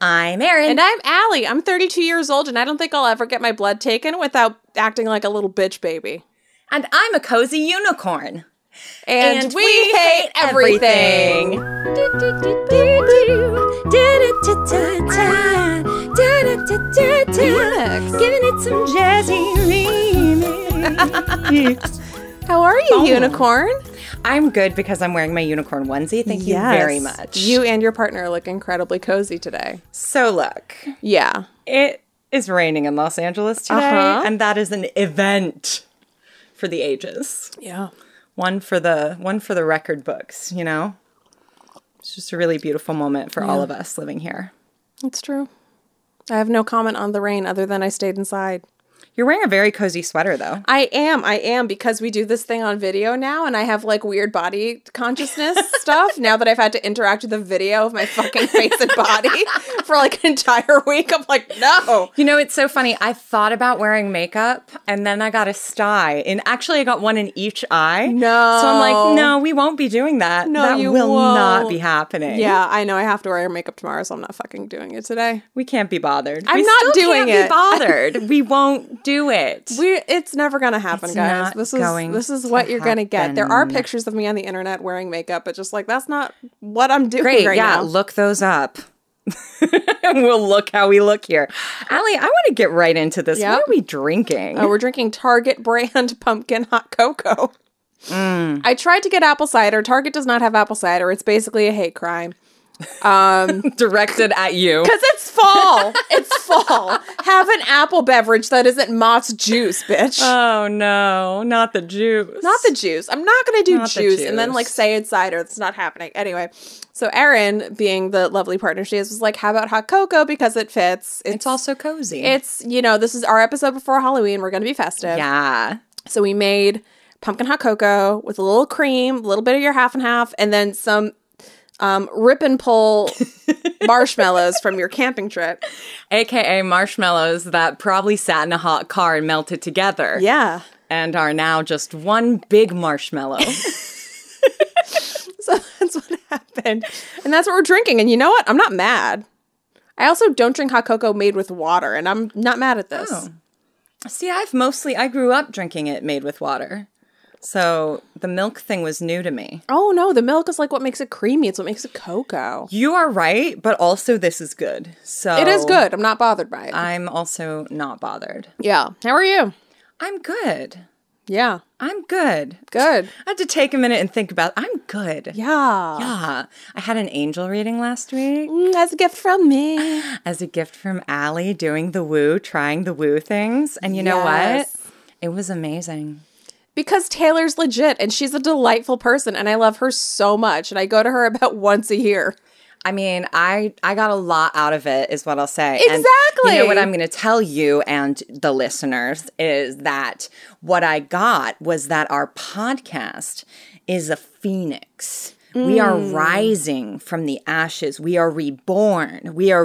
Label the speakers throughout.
Speaker 1: I'm Erin.
Speaker 2: And I'm Allie. I'm 32 years old, and I don't think I'll ever get my blood taken without acting like a little bitch baby.
Speaker 1: And I'm a cozy unicorn.
Speaker 2: And, we, hate everything. Remix.
Speaker 1: Giving it some jazzy remix.
Speaker 2: How are you, unicorn?
Speaker 1: I'm good because I'm wearing my unicorn onesie. Thank you very much.
Speaker 2: You and your partner look incredibly cozy today.
Speaker 1: so look,
Speaker 2: Yeah.
Speaker 1: it is raining in Los Angeles today,
Speaker 2: Uh-huh.
Speaker 1: and that is an event for the ages.
Speaker 2: Yeah.
Speaker 1: one for the one for the record books you know it's just a really beautiful moment for all of us living here
Speaker 2: It's true. I have no comment on the rain other than I stayed inside.
Speaker 1: you're wearing a very cozy sweater though
Speaker 2: I am. I am because we do this thing on video now and I have like weird body consciousness stuff now that I've had to interact with a video of my fucking face and body for like an entire week. I'm like, no.
Speaker 1: you know it's so funny i thought about wearing makeup and then i got a sty and actually i got one in each eye
Speaker 2: No.
Speaker 1: so i'm like no we won't be doing that
Speaker 2: No,
Speaker 1: that
Speaker 2: you
Speaker 1: will not
Speaker 2: won't.
Speaker 1: be happening
Speaker 2: Yeah, I know I have to wear makeup tomorrow, so I'm not fucking doing it today.
Speaker 1: we can't be bothered
Speaker 2: I'm
Speaker 1: We
Speaker 2: not
Speaker 1: still
Speaker 2: doing
Speaker 1: can't
Speaker 2: it.
Speaker 1: be bothered we won't do it
Speaker 2: We it's never gonna happen,
Speaker 1: It's
Speaker 2: guys.
Speaker 1: not
Speaker 2: This is
Speaker 1: going
Speaker 2: this is
Speaker 1: to
Speaker 2: what you're gonna get. There are
Speaker 1: happen.
Speaker 2: pictures of me on the internet wearing makeup, but just like that's not what I'm doing
Speaker 1: Great.
Speaker 2: right
Speaker 1: yeah.
Speaker 2: now.
Speaker 1: Look those up. And we'll look how we look here. Allie, I want to get right into this.
Speaker 2: Yep.
Speaker 1: What are we drinking?
Speaker 2: Uh, we're drinking Target brand pumpkin hot cocoa. I tried to get apple cider. Target does not have apple cider. It's basically a hate crime.
Speaker 1: Directed at you.
Speaker 2: Because it's fall. it's fall. Have an apple beverage that isn't Mott's juice, bitch.
Speaker 1: Oh, no. Not the juice.
Speaker 2: not the juice. I'm not going to do
Speaker 1: Not the
Speaker 2: juice and then
Speaker 1: juice.
Speaker 2: like say it's cider. That's not happening. Anyway, so Erin, being the lovely partner she is, was like, how about hot cocoa? Because it fits. It's,
Speaker 1: It's also cozy.
Speaker 2: It's, you know, this is our episode before Halloween. We're going to be festive.
Speaker 1: yeah.
Speaker 2: So we made pumpkin hot cocoa with a little cream, a little bit of your half and half, and then some um, rip and pull marshmallows from your camping trip.
Speaker 1: AKA marshmallows that probably sat in a hot car and melted together
Speaker 2: Yeah.
Speaker 1: and are now just one big marshmallow.
Speaker 2: So that's what happened. And that's what we're drinking. And you know what? I'm not mad. I also don't drink hot cocoa made with water, and I'm not mad at this.
Speaker 1: Oh. See, I've mostly, I grew up drinking it made with water. So the milk thing was new to me.
Speaker 2: Oh no, the milk is like what makes it creamy. It's what makes it cocoa.
Speaker 1: You are right, but also this is good. So
Speaker 2: It is good. I'm not bothered by it.
Speaker 1: I'm also not bothered.
Speaker 2: yeah. How are you?
Speaker 1: I'm good.
Speaker 2: Yeah.
Speaker 1: I'm good.
Speaker 2: Good.
Speaker 1: I had to take a minute and think about. I'm good.
Speaker 2: Yeah.
Speaker 1: Yeah. I had an angel reading last week
Speaker 2: Mm, that's a gift from me.
Speaker 1: as a gift from Allie doing the woo, trying the woo things. And you know what?
Speaker 2: Yes.
Speaker 1: It was amazing.
Speaker 2: Because Taylor's legit and she's a delightful person and I love her so much and I go to her about once a year.
Speaker 1: I mean, I I got a lot out of it, is what I'll say. And you know
Speaker 2: Exactly.
Speaker 1: what I'm going to tell you and the listeners is that what I got was that our podcast is a phoenix. We are rising from the ashes. We are reborn. We are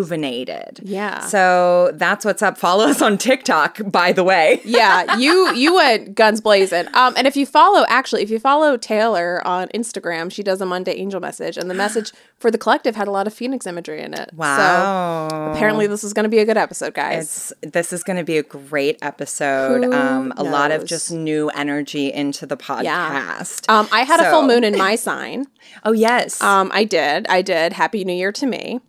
Speaker 1: rejuvenated.
Speaker 2: Yeah.
Speaker 1: So that's what's up. Follow us on TikTok, by the way.
Speaker 2: Yeah, you you went guns blazing. Um and if you follow actually if you follow Taylor on Instagram, she does a Monday angel message and the message for the collective had a lot of phoenix imagery in it. So
Speaker 1: Wow.
Speaker 2: apparently this is going to be a good episode, guys.
Speaker 1: It's, this is going to be a great episode. um, a lot of
Speaker 2: knows?
Speaker 1: just new energy into the podcast.
Speaker 2: um I had a full
Speaker 1: So-
Speaker 2: moon in my sign.
Speaker 1: Oh yes.
Speaker 2: Um I did. I did. Happy New Year to me.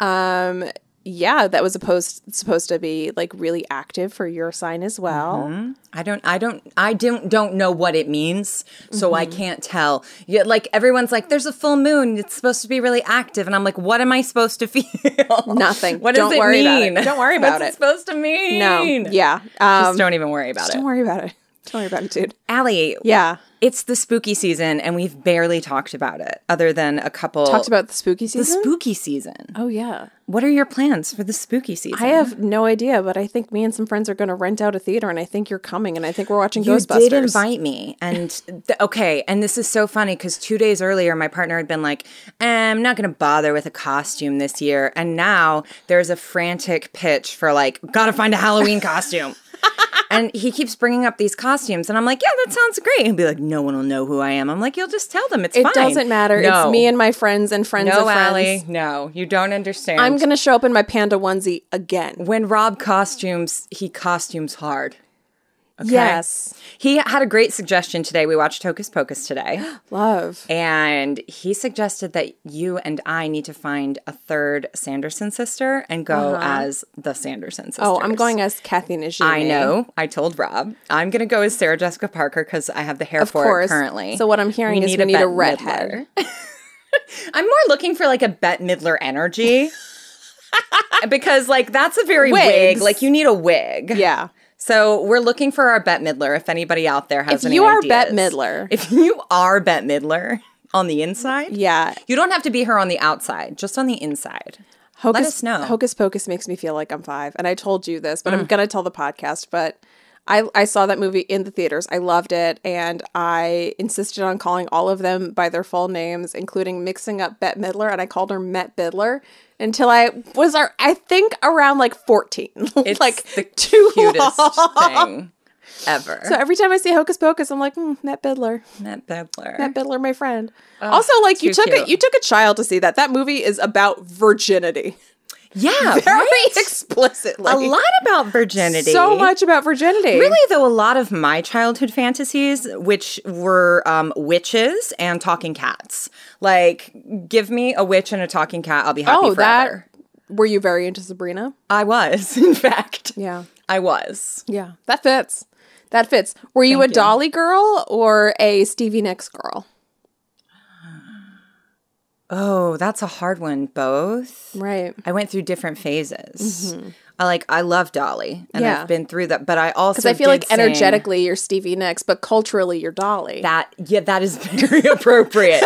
Speaker 2: Um yeah, that was supposed supposed to be like really active for your sign as well.
Speaker 1: I don't I don't I don't don't know what it means, so
Speaker 2: Mm-hmm.
Speaker 1: I can't tell. Yeah, like everyone's like there's a full moon, it's supposed to be really active and I'm like what am I supposed to feel?
Speaker 2: Nothing.
Speaker 1: what does
Speaker 2: Don't
Speaker 1: it
Speaker 2: worry about
Speaker 1: mean?
Speaker 2: it. Don't worry about
Speaker 1: What's
Speaker 2: it.
Speaker 1: supposed to mean?
Speaker 2: No. Yeah. Um,
Speaker 1: Just don't even worry about it.
Speaker 2: don't worry about it. Don't worry about it, dude.
Speaker 1: Allie,
Speaker 2: Yeah.
Speaker 1: it's the spooky season and we've barely talked about it other than a couple
Speaker 2: Talked about the spooky
Speaker 1: the
Speaker 2: season.
Speaker 1: spooky season.
Speaker 2: oh yeah.
Speaker 1: What are your plans for the spooky season?
Speaker 2: I have no idea, but I think me and some friends are going to rent out a theater, and I think you're coming, and I think we're watching Ghostbusters.
Speaker 1: You did invite me, and th- okay, and this is so funny because two days earlier, my partner had been like, "Eh, "I'm not going to bother with a costume this year," and now there's a frantic pitch for like, "Gotta find a Halloween costume." and he keeps bringing up these costumes, and I'm like, yeah, that sounds great. He'll be like, no one will know who I am. I'm like, you'll just tell them. It's
Speaker 2: It
Speaker 1: fine.
Speaker 2: doesn't matter.
Speaker 1: No.
Speaker 2: It's me and my friends and friends of
Speaker 1: No,
Speaker 2: friends.
Speaker 1: Allie. No, you don't understand.
Speaker 2: I'm gonna show up in my panda onesie again.
Speaker 1: when Rob costumes, he costumes hard.
Speaker 2: Yes,
Speaker 1: He had a great suggestion today. We watched Hocus Pocus today.
Speaker 2: love.
Speaker 1: And he suggested that you and I need to find a third Sanderson sister and go as the Sanderson sisters.
Speaker 2: Uh-huh. Oh, I'm going as Kathy Najimy.
Speaker 1: I know. I told Rob I'm going to go as Sarah Jessica Parker because I have the hair
Speaker 2: of
Speaker 1: for
Speaker 2: course.
Speaker 1: it currently.
Speaker 2: So what I'm hearing is we need a
Speaker 1: Bette
Speaker 2: redhead.
Speaker 1: Midler. I'm more looking for like a Bette Midler energy because like that's a very wig.
Speaker 2: Wigs.
Speaker 1: Like you need a wig.
Speaker 2: Yeah.
Speaker 1: So we're looking for our Bette Midler. If anybody out there has
Speaker 2: If
Speaker 1: any
Speaker 2: you are
Speaker 1: ideas.
Speaker 2: Bette Midler,
Speaker 1: if you are Bette Midler on the inside,
Speaker 2: yeah.
Speaker 1: you don't have to be her on the outside, just on the inside.
Speaker 2: Hocus,
Speaker 1: us know. Mm.
Speaker 2: Hocus Pocus makes me feel like I'm five, and I told you this, but I'm gonna tell the podcast. But I, I saw that movie in the theaters. I loved it, and I insisted on calling all of them by their full names, including mixing up Bette Midler, and I called her Met Bidler until I was, ar- I think, around like fourteen.
Speaker 1: It's
Speaker 2: like
Speaker 1: the
Speaker 2: too
Speaker 1: cutest
Speaker 2: long.
Speaker 1: thing ever.
Speaker 2: So every time I see Hocus Pocus, I'm like, mm, Matt Bidler,
Speaker 1: Bette Midler.
Speaker 2: Matt Bidler, my friend. also, like you
Speaker 1: Oh, too
Speaker 2: took
Speaker 1: cute.
Speaker 2: a you took a child to see that. That movie is about virginity,
Speaker 1: yeah,
Speaker 2: very
Speaker 1: right?
Speaker 2: explicitly.
Speaker 1: a lot about virginity.
Speaker 2: so much about virginity.
Speaker 1: Really, though, a lot of my childhood fantasies, which were um, witches and talking cats. Like, give me a witch and a talking cat, I'll be happy
Speaker 2: Oh,
Speaker 1: forever.
Speaker 2: that. Were you very into Sabrina?
Speaker 1: I was, in fact.
Speaker 2: Yeah,
Speaker 1: I was.
Speaker 2: yeah, that fits. That fits. Were you a Dolly girl or a Stevie Nicks girl?
Speaker 1: Oh, that's a hard one. Both.
Speaker 2: Right.
Speaker 1: I went through different phases. I like I love Dolly, and
Speaker 2: Mm-hmm. Yeah.
Speaker 1: I've been through that. But I also
Speaker 2: Because I feel
Speaker 1: did
Speaker 2: like
Speaker 1: sing
Speaker 2: energetically you're Stevie Nicks, but culturally you're Dolly.
Speaker 1: that yeah, that is very appropriate.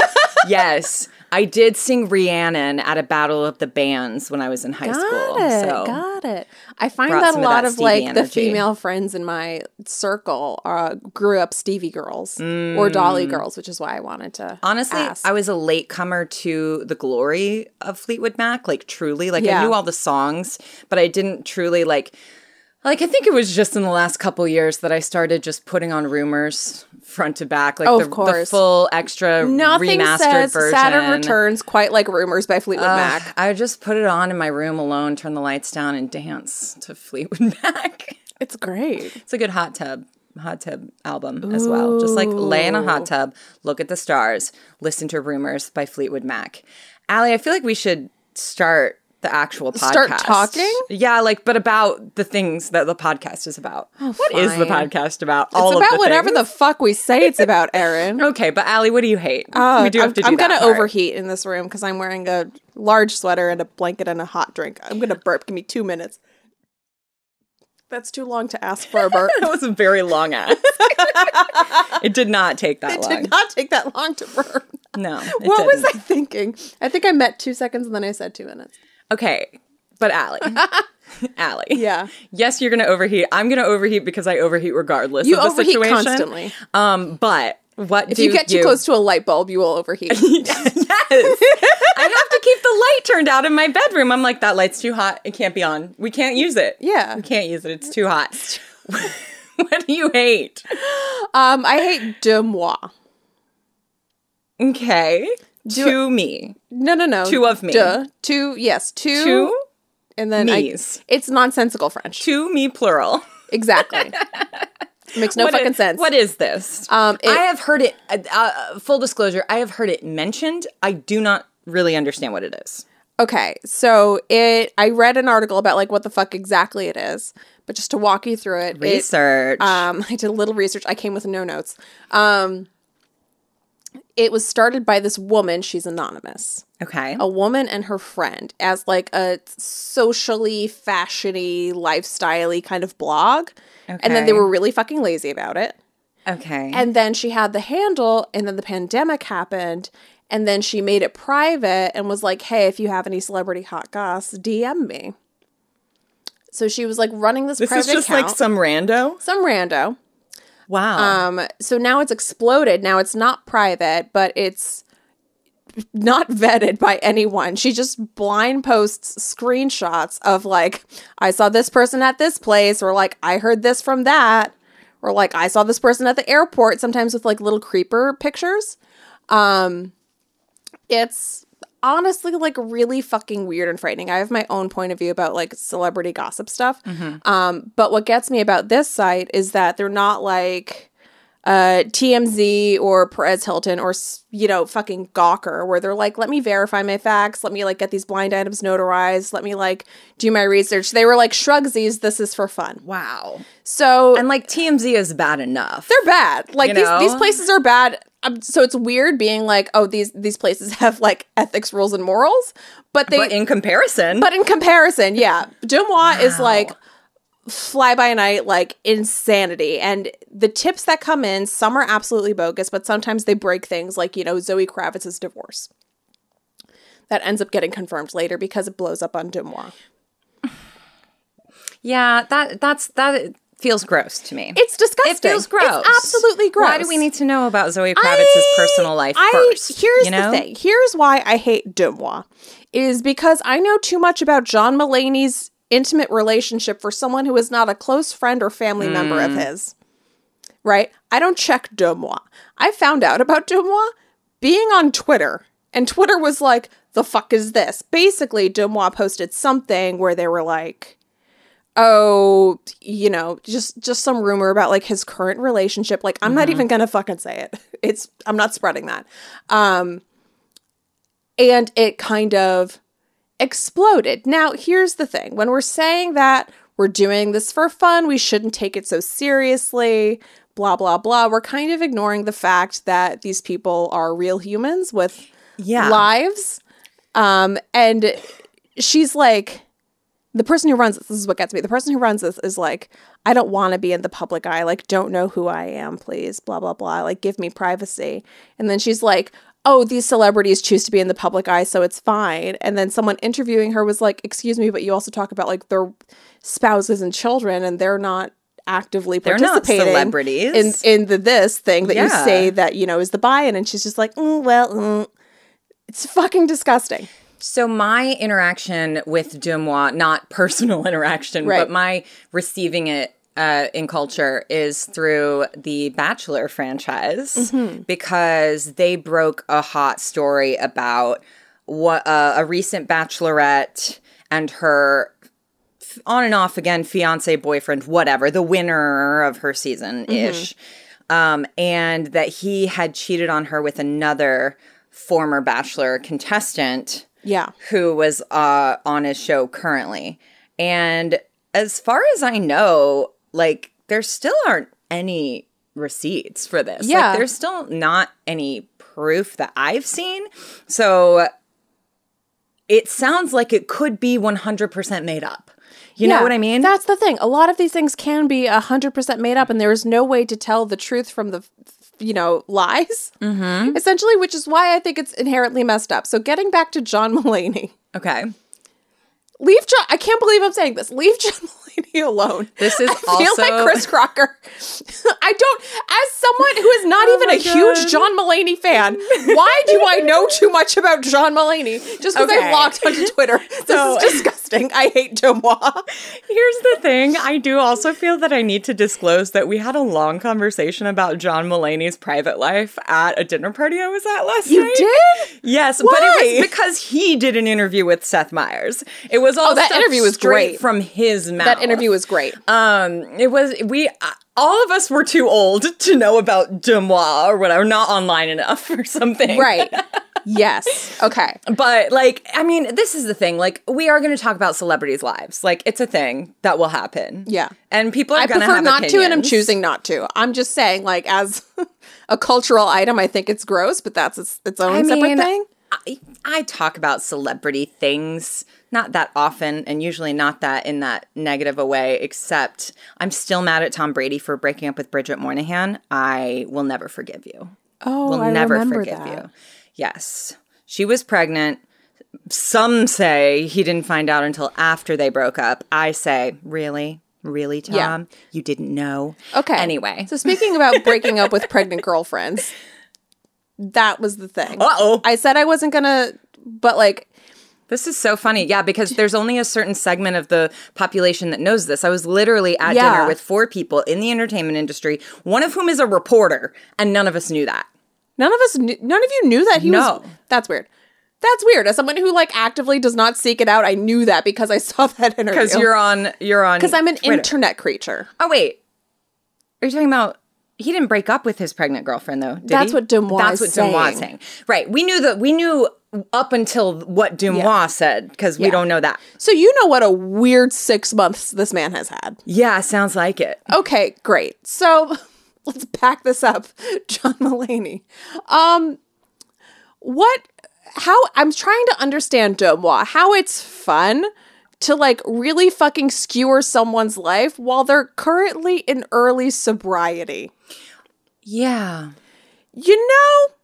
Speaker 1: yes, I did sing Rhiannon at a battle of the bands when I was in high school.
Speaker 2: It,
Speaker 1: so
Speaker 2: got it. I find
Speaker 1: brought
Speaker 2: that a
Speaker 1: some of
Speaker 2: lot
Speaker 1: that
Speaker 2: of like
Speaker 1: Stevie
Speaker 2: the
Speaker 1: energy.
Speaker 2: female friends in my circle uh, grew up Stevie girls or
Speaker 1: Mm.
Speaker 2: Dolly girls, which is why I wanted to.
Speaker 1: honestly,
Speaker 2: ask.
Speaker 1: I was a latecomer to the glory of Fleetwood Mac. Like truly, like I
Speaker 2: Yeah.
Speaker 1: knew all the songs, but I didn't truly like. Like I think it was just in the last couple years that I started just putting on rumors front to back, like
Speaker 2: Oh,
Speaker 1: the,
Speaker 2: of
Speaker 1: the
Speaker 2: course.
Speaker 1: full extra
Speaker 2: Nothing
Speaker 1: remastered
Speaker 2: says
Speaker 1: version.
Speaker 2: Saturn returns quite like rumors by Fleetwood
Speaker 1: Ugh,
Speaker 2: Mac.
Speaker 1: I would just put it on in my room alone, turn the lights down, and dance to Fleetwood Mac.
Speaker 2: It's great.
Speaker 1: It's a good hot tub, hot tub album as well. Just like lay in a hot tub, look at the stars, listen to Rumors by Fleetwood Mac. Allie, I feel like we should start the actual podcast.
Speaker 2: Start talking?
Speaker 1: Yeah, like, but about the things that the podcast is about. What is the
Speaker 2: Oh, fine.
Speaker 1: podcast about?
Speaker 2: It's about whatever the fuck we say it's about, Erin.
Speaker 1: Okay, but Allie, what do you hate?
Speaker 2: Oh,
Speaker 1: we do
Speaker 2: I'm,
Speaker 1: have to do
Speaker 2: I'm
Speaker 1: that
Speaker 2: gonna
Speaker 1: part.
Speaker 2: overheat in this room because I'm wearing a large sweater and a blanket and a hot drink. I'm gonna burp. Give me two minutes. That's too long to ask for a burp.
Speaker 1: That was a very long ask. it did not take that
Speaker 2: it
Speaker 1: long.
Speaker 2: did not take that long to burp.
Speaker 1: No. it
Speaker 2: what was
Speaker 1: didn't.
Speaker 2: I thinking? I think I meant two seconds and then I said two minutes.
Speaker 1: Okay, but Allie. Allie.
Speaker 2: Yeah.
Speaker 1: Yes, you're gonna overheat. I'm gonna overheat because I overheat regardless
Speaker 2: You
Speaker 1: of the
Speaker 2: overheat
Speaker 1: situation.
Speaker 2: constantly.
Speaker 1: Um, but what
Speaker 2: If you get too close to a light bulb, you will overheat.
Speaker 1: yes, I have to keep the light turned out in my bedroom. I'm like, that light's too hot. It can't be on. We can't use it.
Speaker 2: Yeah.
Speaker 1: we can't use it. It's too hot. what do you hate?
Speaker 2: um, I hate demois.
Speaker 1: Okay, to me,
Speaker 2: No, no, no.
Speaker 1: Two of me.
Speaker 2: Duh. Two. Yes. Two.
Speaker 1: to
Speaker 2: and then I-
Speaker 1: me's.
Speaker 2: it's nonsensical French.
Speaker 1: to me plural.
Speaker 2: Exactly. Makes no
Speaker 1: What
Speaker 2: fucking
Speaker 1: is-
Speaker 2: sense.
Speaker 1: What is this?
Speaker 2: Um, it-
Speaker 1: I have heard it. Uh, uh, full disclosure, I have heard it mentioned. I do not really understand what it is.
Speaker 2: Okay, so it I read an article about like what the fuck exactly it is, but just to walk you through it, it-
Speaker 1: Research.
Speaker 2: um, I did a little research. I came with no notes. Um, it was started by this woman. She's anonymous.
Speaker 1: okay.
Speaker 2: A woman and her friend as like a socially fashiony, lifestyley kind of blog, and then
Speaker 1: Okay.
Speaker 2: they were really fucking lazy about it.
Speaker 1: okay.
Speaker 2: And then she had the handle, and then the pandemic happened, and then she made it private and was like, hey, if you have any celebrity hot goss, DM me. So she was like running this,
Speaker 1: this
Speaker 2: private
Speaker 1: is just
Speaker 2: account.
Speaker 1: like some rando.
Speaker 2: some rando.
Speaker 1: Wow.
Speaker 2: Um, so now it's exploded. Now it's not private, but it's not vetted by anyone. She just blind posts screenshots of like, I saw this person at this place, or like, I heard this from that, or like, I saw this person at the airport, sometimes with like little creeper pictures. Um, it's honestly like really fucking weird and frightening. I have my own point of view about like celebrity gossip stuff. Um, but what gets me about this site is that they're not like uh, TMZ or Perez Hilton or s- you know fucking Gawker, where they're like, let me verify my facts, let me like get these blind items notarized, let me like do my research. They were like, Shrugsies, this is for fun.
Speaker 1: Wow.
Speaker 2: So
Speaker 1: And like TMZ is bad enough.
Speaker 2: they're bad. Like
Speaker 1: You
Speaker 2: these these
Speaker 1: know?
Speaker 2: places are bad. Um, so it's weird being like, oh, these these places have like ethics, rules, and morals, but they
Speaker 1: but in comparison,
Speaker 2: but in comparison, yeah, Dumois is
Speaker 1: Wow.
Speaker 2: like fly by night, like insanity. And the tips that come in, some are absolutely bogus, but sometimes they break things, like you know Zoe Kravitz's divorce. That ends up getting confirmed later because it blows up on Dumois.
Speaker 1: yeah, that that's that feels gross to me.
Speaker 2: It's disgusting.
Speaker 1: it feels gross.
Speaker 2: It's absolutely gross.
Speaker 1: Why do we need to know about Zoe Kravitz's personal life
Speaker 2: I-
Speaker 1: first?
Speaker 2: Here's
Speaker 1: you know?
Speaker 2: the thing. Here's why I hate Dumois is because I know too much about John Mullaney's intimate relationship for someone who is not a close friend or family member
Speaker 1: Hmm.
Speaker 2: of his. Right? I don't check Dumois. I found out about Dumois being on Twitter, and Twitter was like, "The fuck is this?" Basically, Dumois posted something where they were like oh you know just just some rumor about like his current relationship like i'm not even gonna fucking say it it's i'm not spreading that um and it kind of exploded now here's the thing when we're saying that we're doing this for fun we shouldn't take it so seriously blah blah blah we're kind of ignoring the fact that these people are real humans with
Speaker 1: Yeah.
Speaker 2: lives. Um, and she's like, the person who runs this, this is what gets me. The person who runs this is like, I don't want to be in the public eye. Like, don't know who I am, please. Blah, blah, blah. Like, give me privacy. And then she's like, oh, these celebrities choose to be in the public eye, so it's fine. And then someone interviewing her was like, excuse me, but you also talk about like their spouses and children, and they're not actively
Speaker 1: They're not
Speaker 2: participating
Speaker 1: celebrities.
Speaker 2: in in the this thing that you
Speaker 1: Yeah.
Speaker 2: say that you know is the buy-in and she's just like mm, well mm. it's fucking disgusting
Speaker 1: So my interaction with Dumois, not personal interaction,
Speaker 2: Right.
Speaker 1: but my receiving it uh, in culture is through the Bachelor franchise because they broke a hot story about what uh, a recent Bachelorette and her f- on and off again fiance boyfriend whatever the winner of her season ish um, and that he had cheated on her with another former bachelor contestant
Speaker 2: yeah
Speaker 1: who was uh, on his show currently. And as far as I know, like there still aren't any receipts for this.
Speaker 2: Yeah.
Speaker 1: Like there's still not any proof that I've seen. So it sounds like it could be 100% made up. You know
Speaker 2: Yeah.
Speaker 1: what I mean?
Speaker 2: that's the thing a lot of these things can be 100% made up and there is no way to tell the truth from the you know lies mm-hmm. essentially which is why i think it's inherently messed up so getting back to john mullaney
Speaker 1: okay.
Speaker 2: leave john i can't believe i'm saying this leave john mullaney alone
Speaker 1: This is
Speaker 2: I feel like
Speaker 1: also-
Speaker 2: Chris Crocker. I don't, as someone who is not even
Speaker 1: Oh my
Speaker 2: a huge
Speaker 1: God.
Speaker 2: John Mulaney fan, why do I know too much about John Mulaney just because I
Speaker 1: Okay.
Speaker 2: logged onto Twitter? This
Speaker 1: So-
Speaker 2: is disgusting. I hate Dumois.
Speaker 1: Here's the thing. I do also feel that I need to disclose that we had a long conversation about John Mullaney's private life at a dinner party I was at last night. Yes, but it
Speaker 2: Why?
Speaker 1: was because he did an interview with Seth Meyers. It was all
Speaker 2: Oh, that
Speaker 1: stuff
Speaker 2: interview was
Speaker 1: straight
Speaker 2: great.
Speaker 1: from his mouth.
Speaker 2: That interview was great.
Speaker 1: um, it was we uh, all of us were too old to know about Demois or whatever, not online enough or something,
Speaker 2: Right. yes. Okay.
Speaker 1: But like, I mean, this is the thing. Like, we are going to talk about celebrities' lives. Like, it's a thing that will happen.
Speaker 2: Yeah.
Speaker 1: and people are
Speaker 2: I
Speaker 1: going to
Speaker 2: prefer
Speaker 1: have
Speaker 2: not to, and I'm
Speaker 1: opinions.
Speaker 2: choosing not to. I'm just saying, like, as a cultural item, I think it's gross, but that's its, its own
Speaker 1: I
Speaker 2: separate
Speaker 1: mean,
Speaker 2: thing.
Speaker 1: I, I talk about celebrity things not that often, and usually not that in that negative a way. Except I'm still mad at Tom Brady for breaking up with Bridget Moynihan. I will never forgive you.
Speaker 2: Oh,
Speaker 1: will never forgive you. Yes, she was pregnant. Some say he didn't find out until after they broke up. I say, really, really, Tom,
Speaker 2: Yeah.
Speaker 1: you didn't know.
Speaker 2: Okay.
Speaker 1: Anyway,
Speaker 2: So speaking about breaking up with pregnant girlfriends, That was the thing.
Speaker 1: Uh-oh.
Speaker 2: I said I wasn't gonna, but like
Speaker 1: This is so funny. Yeah, because there's only a certain segment of the population that knows this. I was literally at
Speaker 2: Yeah.
Speaker 1: dinner with four people in the entertainment industry, one of whom is a reporter, and none of us knew that.
Speaker 2: none of us, knew, none of you knew that he
Speaker 1: No.
Speaker 2: was. That's weird. That's weird. As someone who like actively does not seek it out, I knew that because I saw that interview.
Speaker 1: Because you're on you're on
Speaker 2: because I'm an
Speaker 1: Twitter.
Speaker 2: internet creature.
Speaker 1: Oh wait. Are you talking about he didn't break up with his pregnant girlfriend though, did
Speaker 2: That's
Speaker 1: he?
Speaker 2: what Dumois
Speaker 1: That's what
Speaker 2: is
Speaker 1: Dumois is saying. Right. We knew that we knew up until what Dumois said, because we don't know that.
Speaker 2: So you know what a weird six months this man has had.
Speaker 1: Yeah, sounds like it.
Speaker 2: Okay, great. So let's pack this up, John Mulaney. Um, what? How? I'm trying to understand Domois. How it's fun to like really fucking skewer someone's life while they're currently in early sobriety.
Speaker 1: Yeah.
Speaker 2: You know.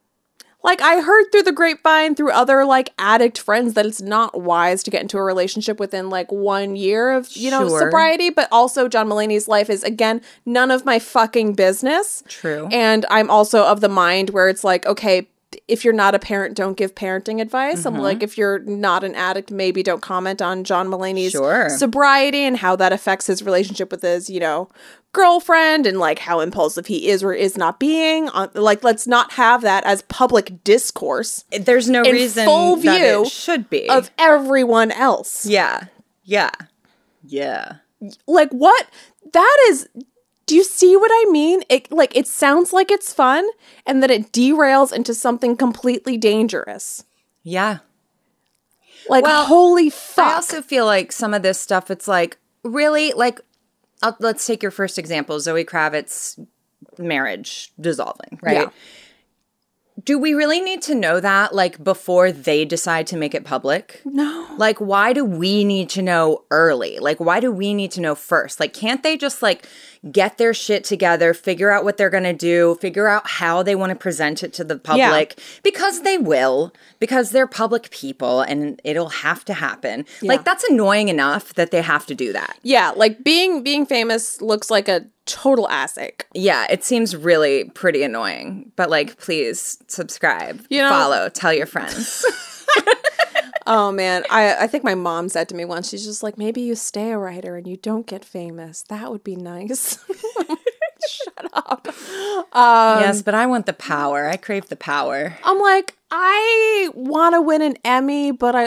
Speaker 2: Like I heard through the grapevine through other like addict friends that it's not wise to get into a relationship within like 1 year of, you know,
Speaker 1: Sure.
Speaker 2: sobriety, but also John Mulaney's life is again none of my fucking business.
Speaker 1: True.
Speaker 2: And I'm also of the mind where it's like, okay, if you're not a parent, don't give parenting advice.
Speaker 1: Mm-hmm.
Speaker 2: I'm like, if you're not an addict, maybe don't comment on John Mulaney's
Speaker 1: Sure.
Speaker 2: sobriety and how that affects his relationship with his, you know, girlfriend and like how impulsive he is or is not being. On, like, let's not have that as public discourse
Speaker 1: There's no
Speaker 2: in
Speaker 1: reason
Speaker 2: full
Speaker 1: that
Speaker 2: view
Speaker 1: it should be.
Speaker 2: of everyone else.
Speaker 1: yeah. Yeah. Yeah.
Speaker 2: like what that is do you see what i mean it like it sounds like it's fun and then it derails into something completely dangerous
Speaker 1: Yeah.
Speaker 2: like
Speaker 1: Well,
Speaker 2: holy fuck
Speaker 1: I also feel like some of this stuff, it's like, really? Like, i let's take your first example Zoe Kravitz marriage dissolving, right?
Speaker 2: Yeah.
Speaker 1: Do we really need to know that, like, before they decide to make it public?
Speaker 2: no
Speaker 1: Like, why do we need to know early? Like, why do we need to know first? Like, can't they just like get their shit together, figure out what they're gonna do, figure out how they want to present it to the public? Because they will, because they're public people and it'll have to happen. Like, that's annoying enough that they have to do that.
Speaker 2: yeah like being being famous looks like a total ass ache
Speaker 1: Yeah, it seems really pretty annoying. But like, please subscribe,
Speaker 2: You know-
Speaker 1: follow, tell your friends.
Speaker 2: oh man i i think my mom said to me once she's just like maybe you stay a writer and you don't get famous that would be nice shut up
Speaker 1: yes, but I want the power. I crave the power.
Speaker 2: i'm like i want to win an emmy but i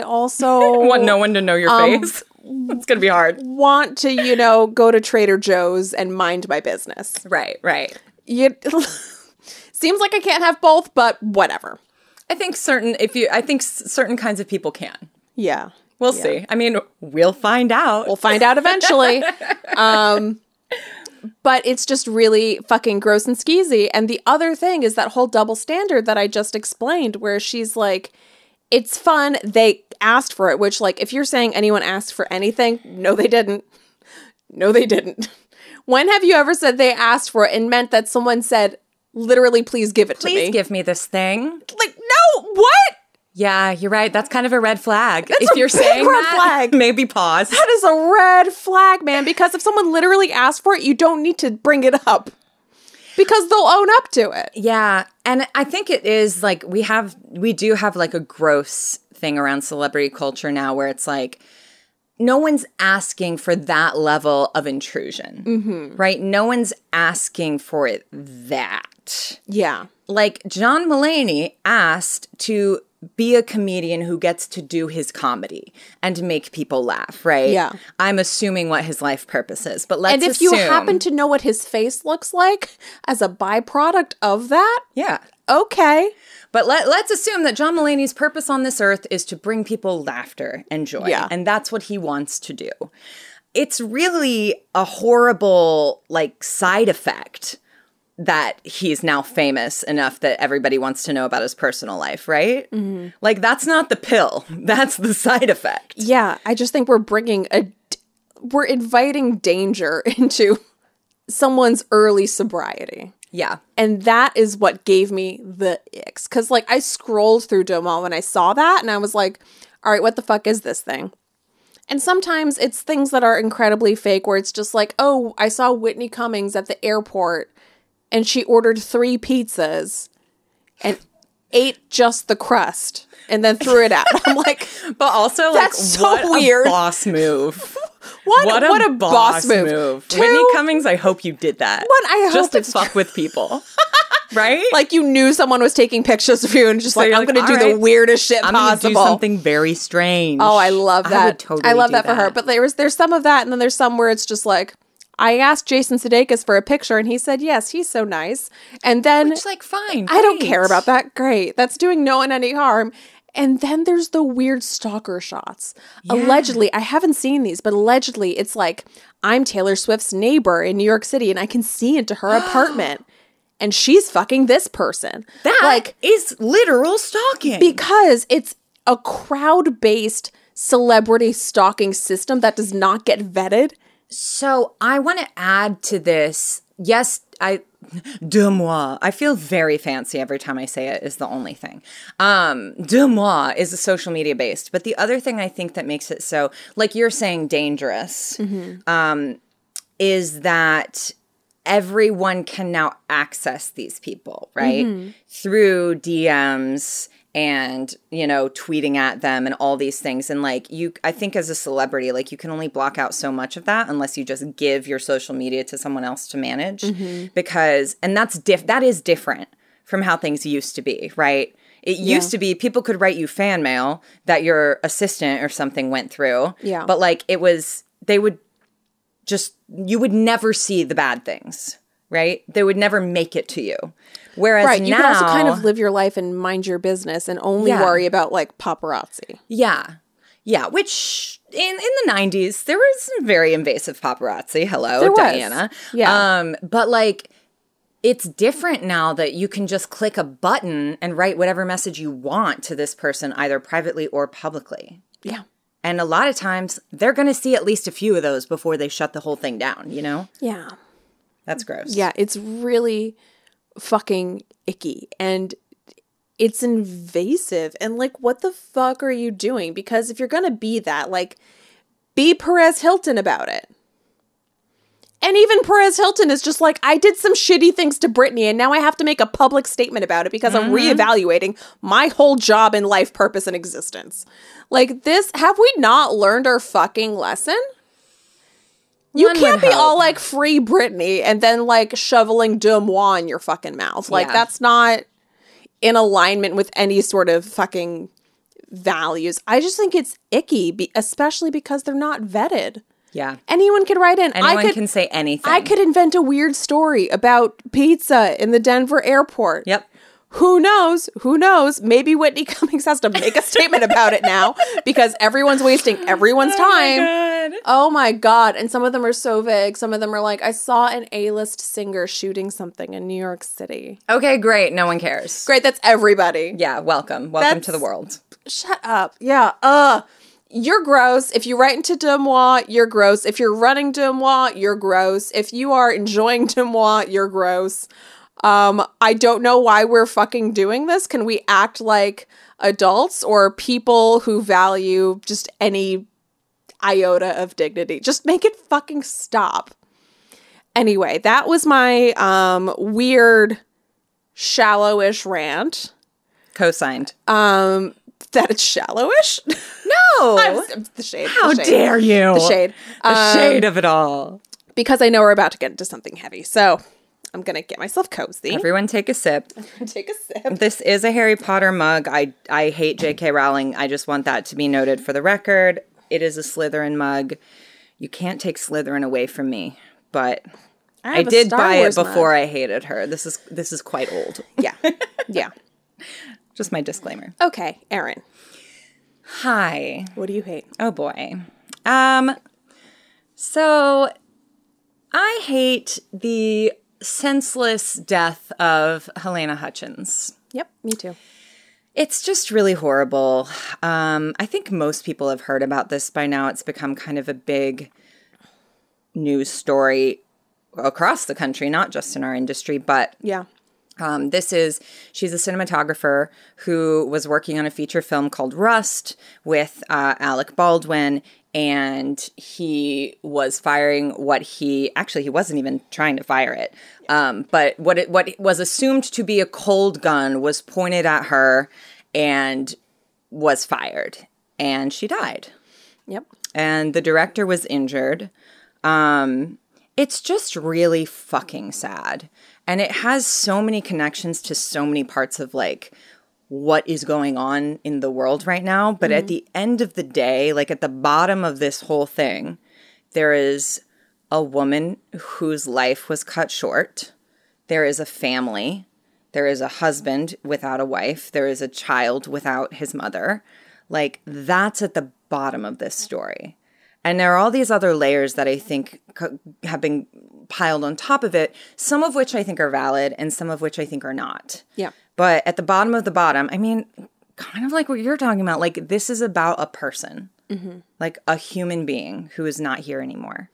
Speaker 2: also
Speaker 1: one to know your face. It's gonna be hard.
Speaker 2: want to, you know, go to Trader Joe's and mind my business.
Speaker 1: Right, right.
Speaker 2: You, seems like I can't have both, but whatever.
Speaker 1: I think certain if you I think s- certain kinds of people can.
Speaker 2: Yeah.
Speaker 1: We'll see. I mean, we'll find out.
Speaker 2: We'll find out eventually. um but it's just really fucking gross and skeezy. And the other thing is that whole double standard that I just explained where she's like it's fun. They asked for it, which like if you're saying anyone asked for anything, no they didn't. No, they didn't. When have you ever said they asked for it and meant that someone said, literally, please give it to me?
Speaker 1: Please give me this thing.
Speaker 2: like, no, what?
Speaker 1: Yeah, you're right. That's kind of a red flag. if
Speaker 2: a
Speaker 1: you're
Speaker 2: big
Speaker 1: saying
Speaker 2: red
Speaker 1: that,
Speaker 2: flag.
Speaker 1: maybe pause.
Speaker 2: That is a red flag, man, because if someone literally asked for it, you don't need to bring it up because they'll own up to it.
Speaker 1: Yeah, and I think it is like we have we do have like a gross thing around celebrity culture now where it's like no one's asking for that level of intrusion.
Speaker 2: Mm-hmm.
Speaker 1: Right? No one's asking for it that.
Speaker 2: Yeah.
Speaker 1: like John Mullaney asked to be a comedian who gets to do his comedy and make people laugh, right?
Speaker 2: Yeah.
Speaker 1: I'm assuming what his life purpose is, but let's
Speaker 2: And if you
Speaker 1: assume,
Speaker 2: happen to know what his face looks like as a byproduct of that,
Speaker 1: yeah,
Speaker 2: okay.
Speaker 1: but let let's assume that John Mullaney's purpose on this earth is to bring people laughter and joy,
Speaker 2: Yeah.
Speaker 1: and that's what he wants to do. It's really a horrible like side effect that he's now famous enough that everybody wants to know about his personal life, right?
Speaker 2: Mm-hmm.
Speaker 1: Like that's not the pill. That's the side effect.
Speaker 2: Yeah, I just think we're bringing a d- we're inviting danger into someone's early sobriety.
Speaker 1: Yeah.
Speaker 2: And that is what gave me the icks. Cause like I scrolled through Domo when I saw that and I was like, all right, what the fuck is this thing? And sometimes it's things that are incredibly fake where it's just like, oh, I saw Whitney Cummings at the airport and she ordered three pizzas. And ate just the crust and then threw it out. I'm like,
Speaker 1: But also,
Speaker 2: That's
Speaker 1: like,
Speaker 2: so
Speaker 1: what
Speaker 2: weird.
Speaker 1: a boss move.
Speaker 2: what, what, a, boss, move. Two,
Speaker 1: Whitney Cummings, I hope you did that.
Speaker 2: What? I hope
Speaker 1: Just to
Speaker 2: it's-
Speaker 1: fuck with people. right?
Speaker 2: like you knew someone was taking pictures of you and just like,
Speaker 1: you're
Speaker 2: I'm
Speaker 1: like,
Speaker 2: going to do
Speaker 1: "All
Speaker 2: the
Speaker 1: right,
Speaker 2: weirdest shit
Speaker 1: I'm going to do
Speaker 2: possible.
Speaker 1: something very strange.
Speaker 2: Oh, I love that. I,
Speaker 1: would totally
Speaker 2: love
Speaker 1: do
Speaker 2: that for her. But there was there's some of that, and then there's some where it's just like I asked Jason Sudeikis for a picture, and he said yes, he's so nice. And then
Speaker 1: it's like, fine.
Speaker 2: I don't
Speaker 1: great.
Speaker 2: care about that. Great, that's doing no one any harm. And then there's the weird stalker shots. Allegedly, I haven't seen these, but allegedly it's like I'm Taylor Swift's neighbor in New York City, and I can see into her apartment, and she's fucking this person.
Speaker 1: That
Speaker 2: like
Speaker 1: is literal stalking.
Speaker 2: because it's a crowd based celebrity stalking system that does not get vetted.
Speaker 1: So I want to add to this. Yes, I de moi. I feel very fancy every time I say it is the only thing. Um, de moi is a social media based, but the other thing I think that makes it so, like you're saying, dangerous, um, is that everyone can now access these people, right? Through DMs and, you know, tweeting at them and all these things. And like you I think as a celebrity, like you can only block out so much of that unless you just give your social media to someone else to manage. Because and that's diff that is different from how things used to be, right? It used to be people could write you fan mail that your assistant or something went through.
Speaker 2: Yeah.
Speaker 1: But like it was they would just you would never see the bad things, right? They would never make it to you. Whereas
Speaker 2: Right. You
Speaker 1: now,
Speaker 2: can also kind of live your life and mind your business and only
Speaker 1: Yeah.
Speaker 2: worry about like paparazzi.
Speaker 1: yeah, yeah. Which in in the nineties there was some very invasive paparazzi. Hello,
Speaker 2: There was.
Speaker 1: Diana.
Speaker 2: Yeah.
Speaker 1: Um, but like. It's different now that you can just click a button and write whatever message you want to this person, either privately or publicly.
Speaker 2: Yeah.
Speaker 1: And a lot of times they're going to see at least a few of those before they shut the whole thing down, you know?
Speaker 2: Yeah.
Speaker 1: That's gross.
Speaker 2: Yeah. It's really fucking icky and it's invasive. And like, what the fuck are you doing? Because if you're going to be that, like, be Perez Hilton about it. And even Perez Hilton is just like, I did some shitty things to Britney, and now I have to make a public statement about it because I'm
Speaker 1: Mm-hmm.
Speaker 2: reevaluating my whole job and life purpose and existence. Like, this, have we not learned our fucking lesson? You
Speaker 1: One would
Speaker 2: can't be all
Speaker 1: hope.
Speaker 2: like free Britney and then like shoveling Dumois in your fucking mouth. Like,
Speaker 1: Yeah.
Speaker 2: that's not in alignment with any sort of fucking values. I just think it's icky, be- especially because they're not vetted.
Speaker 1: Yeah.
Speaker 2: Anyone could write in.
Speaker 1: Anyone
Speaker 2: I could,
Speaker 1: can say anything.
Speaker 2: I could invent a weird story about pizza in the Denver airport.
Speaker 1: Yep.
Speaker 2: Who knows? Who knows? Maybe Whitney Cummings has to make a statement about it now because everyone's wasting everyone's time. Oh my god. And some of them are so vague. Some of them are like, I saw an A-list singer shooting something in New York City.
Speaker 1: Okay, great. No one cares.
Speaker 2: Great, that's everybody.
Speaker 1: Yeah, welcome. Welcome to the
Speaker 2: That's-
Speaker 1: world.
Speaker 2: Shut up. Yeah. Uh you're gross. If you write into Demois, you're gross. If you're running Demois, you're gross. If you are enjoying Demois, you're gross. Um, I don't know why we're fucking doing this. Can we act like adults or people who value just any iota of dignity? Just make it fucking stop. Anyway, that was my um weird, shallowish rant.
Speaker 1: Co-signed.
Speaker 2: Um, that it's shallowish.
Speaker 1: No.
Speaker 2: I'm- I'm- the shade.
Speaker 1: How
Speaker 2: the shade,
Speaker 1: dare you?
Speaker 2: The shade.
Speaker 1: The
Speaker 2: Um,
Speaker 1: shade of it all.
Speaker 2: Because I know we're about to get into something heavy, so I'm gonna get myself cozy.
Speaker 1: Everyone take a sip.
Speaker 2: Take a sip.
Speaker 1: This is a Harry Potter mug. I I hate J.K. Rowling. I just want that to be noted for the record. It is a Slytherin mug. You can't take Slytherin away from me, but I,
Speaker 2: have a
Speaker 1: did
Speaker 2: Star
Speaker 1: buy
Speaker 2: Wars
Speaker 1: it
Speaker 2: mug.
Speaker 1: before I hated her. This is this is quite old.
Speaker 2: Yeah. Yeah.
Speaker 1: Just my disclaimer.
Speaker 2: Okay, Aaron.
Speaker 1: Hi.
Speaker 2: What do you hate?
Speaker 1: Oh boy. Um so I hate the senseless death of Helena Hutchins.
Speaker 2: Yep, me too.
Speaker 1: It's just really horrible. Um I think most people have heard about this by now. It's become kind of a big news story across the country, not just in our industry, but
Speaker 2: Yeah.
Speaker 1: um, this is she's a cinematographer who was working on a feature film called Rust with uh, Alec Baldwin, and he was firing what he actually he wasn't even trying to fire it um, but what it what was assumed to be a cold gun was pointed at her and was fired and she died
Speaker 2: Yep.
Speaker 1: and the director was injured. Um, it's just really fucking sad. And it has so many connections to so many parts of like what is going on in the world right now. But at the end of the day, like at the bottom of this whole thing, there is a woman whose life was cut short. There is a family. There is a husband without a wife. There is a child without his mother. Like, that's at the bottom of this story. And there are all these other layers that I think co- have been piled on top of it, some of which I think are valid and some of which I think are not.
Speaker 2: Yeah.
Speaker 1: But at the bottom of the bottom, I mean, kind of like what you're talking about, like, this is about a person, like a human being who is not here anymore.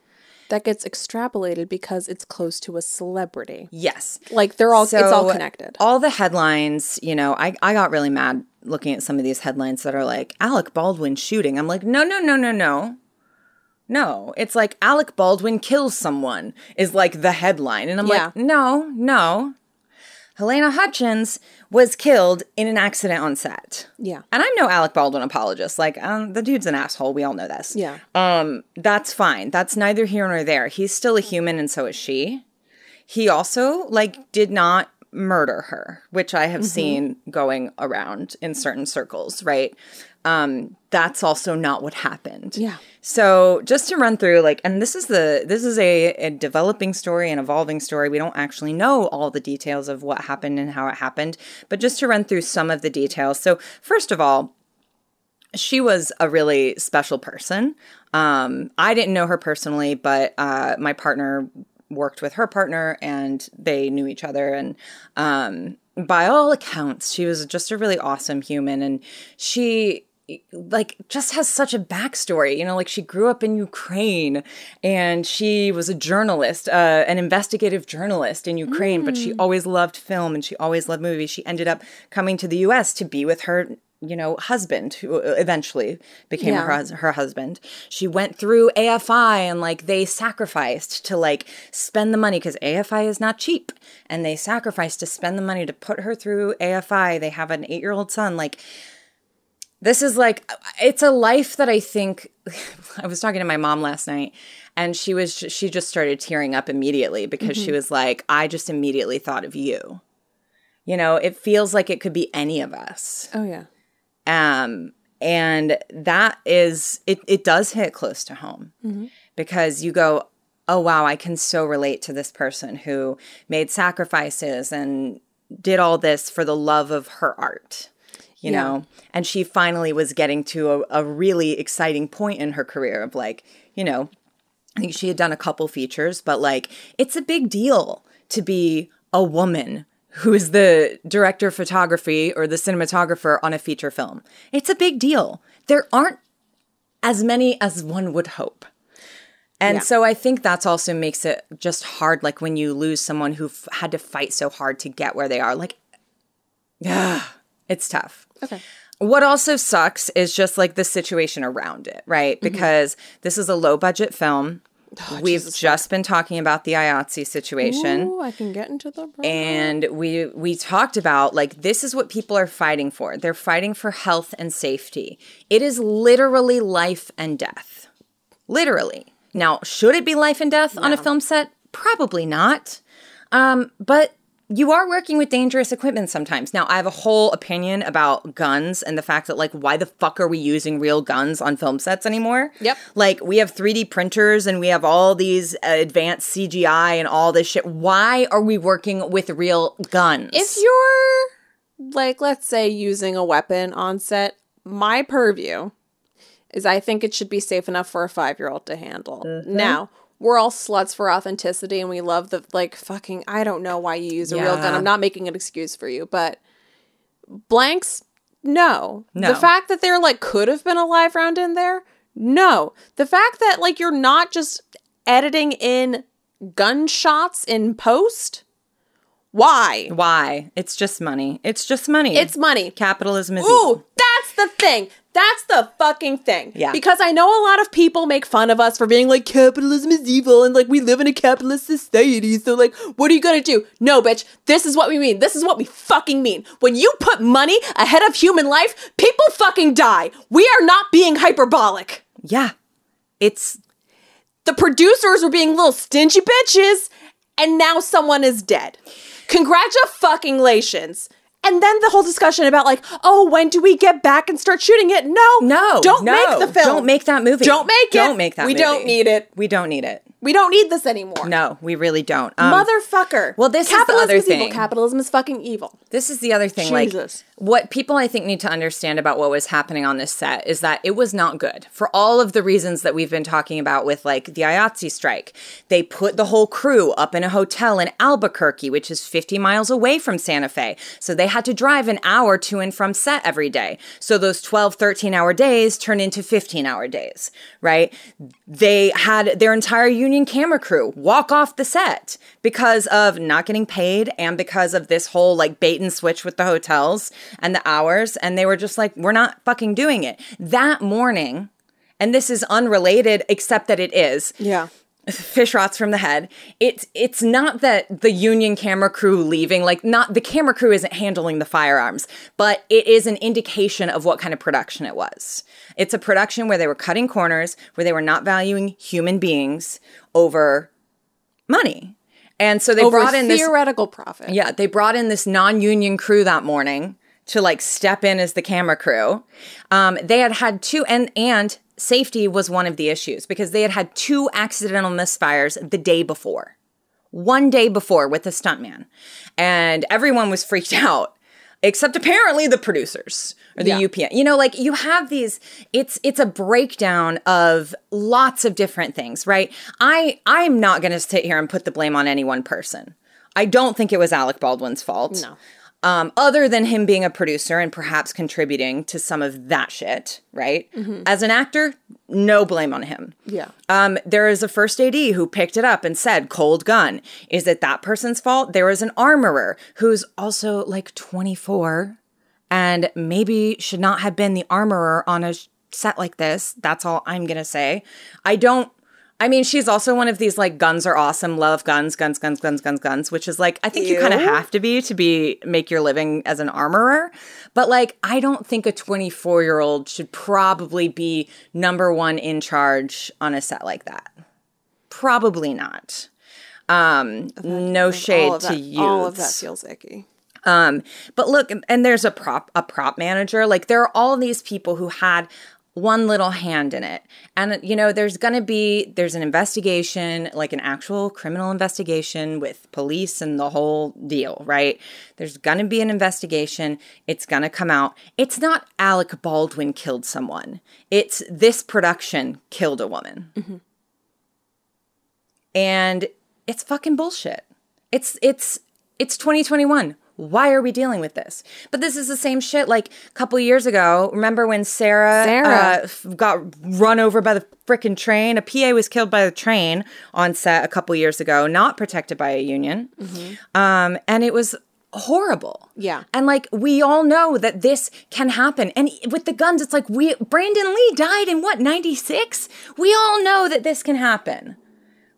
Speaker 2: That gets extrapolated because it's close to a celebrity.
Speaker 1: Yes.
Speaker 2: Like they're all it's all
Speaker 1: So,
Speaker 2: connected.
Speaker 1: All the headlines, you know, I, I got really mad looking at some of these headlines that are like Alec Baldwin shooting. I'm like, no, no, no, no, no. No. It's like Alec Baldwin kills someone is like the headline. And I'm
Speaker 2: Yeah.
Speaker 1: like, no, no. Helena Hutchins was killed in an accident on set.
Speaker 2: Yeah.
Speaker 1: And I'm no Alec Baldwin apologist. Like, um, the dude's an asshole. We all know this.
Speaker 2: Yeah.
Speaker 1: Um, that's fine. That's neither here nor there. He's still a human, and so is she. He also like did not murder her, which I have seen going around in certain circles. Right. Um, that's also not what happened.
Speaker 2: Yeah.
Speaker 1: So just to run through, like, and this is the this is a, a developing story, an evolving story. We don't actually know all the details of what happened and how it happened, but just to run through some of the details. So first of all, she was a really special person. Um, I didn't know her personally, but uh, my partner worked with her partner, and they knew each other. And um, by all accounts, she was just a really awesome human, and she like just has such a backstory you know like she grew up in ukraine and she was a journalist uh, an investigative journalist in ukraine but she always loved film and she always loved movies she ended up coming to the us to be with her you know husband who uh, eventually became her,
Speaker 2: Yeah.
Speaker 1: hus- her husband she went through afi and like they sacrificed to like spend the money because afi is not cheap and they sacrificed to spend the money to put her through afi they have an eight-year-old son like this is like it's a life that i think i was talking to my mom last night and she was she just started tearing up immediately because she was like i just immediately thought of you you know it feels like it could be any of us
Speaker 2: Oh yeah.
Speaker 1: um and that is it it does hit close to home because you go oh wow i can so relate to this person who made sacrifices and did all this for the love of her art you
Speaker 2: Yeah.
Speaker 1: know and she finally was getting to a, a really exciting point in her career of like you know I think she had done a couple features, but like it's a big deal to be a woman who is the director of photography or the cinematographer on a feature film. It's a big deal. There aren't as many as one would hope. And
Speaker 2: Yeah.
Speaker 1: so I think that's also makes it just hard like when you lose someone who f- had to fight so hard to get where they are like yeah, it's tough.
Speaker 2: Okay.
Speaker 1: What also sucks is just like the situation around it, right?
Speaker 2: Mm-hmm.
Speaker 1: Because this is a low budget film.
Speaker 2: Oh,
Speaker 1: We've just been talking about the IATSE situation
Speaker 2: Ooh, I can get into the
Speaker 1: and we we talked about like this is what people are fighting for. They're fighting for health and safety. It is literally life and death. Literally. Now, should it be life and death on a film set? Probably not. Um, but you are working with dangerous equipment sometimes. Now, I have a whole opinion about guns and the fact that like why the fuck are we using real guns on film sets anymore?
Speaker 2: Yep.
Speaker 1: Like we have 3D printers and we have all these uh, advanced CGI and all this shit. Why are we working with real guns?
Speaker 2: if you're like let's say using a weapon on set my purview is i think it should be safe enough for a five year old to handle
Speaker 1: Mm-hmm.
Speaker 2: now we're all sluts for authenticity and we love the like fucking i don't know why you use a real gun
Speaker 1: Yeah.
Speaker 2: i'm not making an excuse for you but blanks no.
Speaker 1: No.
Speaker 2: the fact that there like could have been a live round in there no the fact that like you're not just editing in gunshots in post why
Speaker 1: why? It's just money. It's just money.
Speaker 2: it's money.
Speaker 1: capitalism is e-, evil.
Speaker 2: Ooh, that's the thing. That's the fucking thing.
Speaker 1: Yeah.
Speaker 2: Because I know a lot of people make fun of us for being like, capitalism is evil and like we live in a capitalist society. So, like, what are you gonna do? No, bitch, this is what we mean. This is what we fucking mean. When you put money ahead of human life, people fucking die. We are not being hyperbolic
Speaker 1: Yeah. It's
Speaker 2: the producers were being little stingy bitches, and now someone is dead. Congratulations. And then the whole discussion about like, oh, when do we get back and start shooting it? No,
Speaker 1: no.
Speaker 2: don't
Speaker 1: no.
Speaker 2: make the film.
Speaker 1: Don't make that movie.
Speaker 2: Don't make it.
Speaker 1: Don't make that
Speaker 2: We
Speaker 1: movie.
Speaker 2: don't need it.
Speaker 1: We don't need it.
Speaker 2: We don't need this anymore.
Speaker 1: No, we really don't. Um,
Speaker 2: Motherfucker.
Speaker 1: well, this is the
Speaker 2: capitalism
Speaker 1: other thing.
Speaker 2: evil. Capitalism is fucking evil.
Speaker 1: This is the other thing.
Speaker 2: Jesus.
Speaker 1: Like, what people I think need to understand about what was happening on this set is that it was not good for all of the reasons that we've been talking about with like the IATSE strike. They put the whole crew up in a hotel in Albuquerque, which is 50 miles away from Santa Fe. So they had to drive an hour to and from set every day. So those 12, 13 hour days turn into 15 hour days, right? They had their entire union camera crew walk off the set because of not getting paid and because of this whole like bait and switch with the hotels and the hours. And they were just like, we're not fucking doing it. That morning, and this is unrelated, except that it is
Speaker 2: Yeah.
Speaker 1: fish rots from the head. It's it's not that the union camera crew leaving, like not the camera crew isn't handling the firearms, but it is an indication of what kind of production it was. It's a production where they were cutting corners, where they were not valuing human beings over money. And so they
Speaker 2: Over
Speaker 1: brought in this
Speaker 2: theoretical profit.
Speaker 1: yeah, they brought in this non union crew that morning to like step in as the camera crew. Um, they had had two, and and safety was one of the issues because they had had two accidental misfires the day before, one day before with a stuntman, and everyone was freaked out. Except apparently the producers or the
Speaker 2: Yeah.
Speaker 1: UPN. You know, like you have these, it's it's a breakdown of lots of different things, right? I I'm not gonna sit here and put the blame on any one person. I don't think it was Alec Baldwin's fault.
Speaker 2: No.
Speaker 1: Um, other than him being a producer and perhaps contributing to some of that shit, right?
Speaker 2: Mm-hmm.
Speaker 1: As an actor, no blame on him.
Speaker 2: Yeah.
Speaker 1: Um, there is a first AD who picked it up and said, cold gun. Is it that person's fault? There is an armorer who's also like 24 and maybe should not have been the armorer on a sh- set like this. That's all I'm going to say. I don't. I mean, she's also one of these like guns are awesome, love guns, guns, guns, guns, guns, guns, which is like I think you kind of
Speaker 2: Ew.
Speaker 1: have to be to be make your living as an armorer. But like I don't think a 24-year-old should probably be number 1 in charge on a set like that. Probably not. Um no
Speaker 2: All
Speaker 1: shade
Speaker 2: of,
Speaker 1: to
Speaker 2: that,
Speaker 1: you.
Speaker 2: all of that feels icky.
Speaker 1: Um, but look, and there's a prop a prop manager. Like there are all these people who had one little hand in it. And you know, there's gonna be there's an investigation, like an actual criminal investigation with police and the whole deal, right? There's gonna be an investigation. It's gonna come out. It's not Alec Baldwin killed someone. It's this production killed a woman. And it's fucking bullshit. It's it's it's 2021. Why are we dealing with this? But this is the same shit. Like a couple years ago, remember when Sarah,
Speaker 2: Sarah.
Speaker 1: uh, f- got run over by the frickin' train? A PA was killed by the train on set a couple years ago, not protected by a union, um, and it was horrible.
Speaker 2: Mm-hmm. Yeah.
Speaker 1: and like we all know that this can happen. And with the guns, it's like we Brandon Lee died in what ninety six. We all know that this can happen.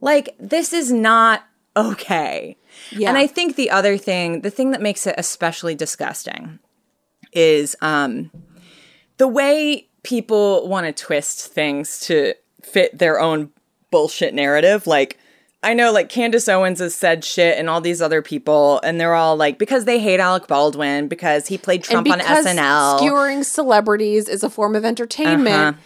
Speaker 1: Like, this is not okay. And I think the other thing, the thing that makes it especially disgusting is um, the way people want to twist things to fit their own bullshit narrative. Like, I know, like, Candace Owens has said shit and all these other people, and they're all like, because they hate Alec Baldwin, because he played Trump on
Speaker 2: because
Speaker 1: SNL.
Speaker 2: Skewering celebrities is a form of entertainment,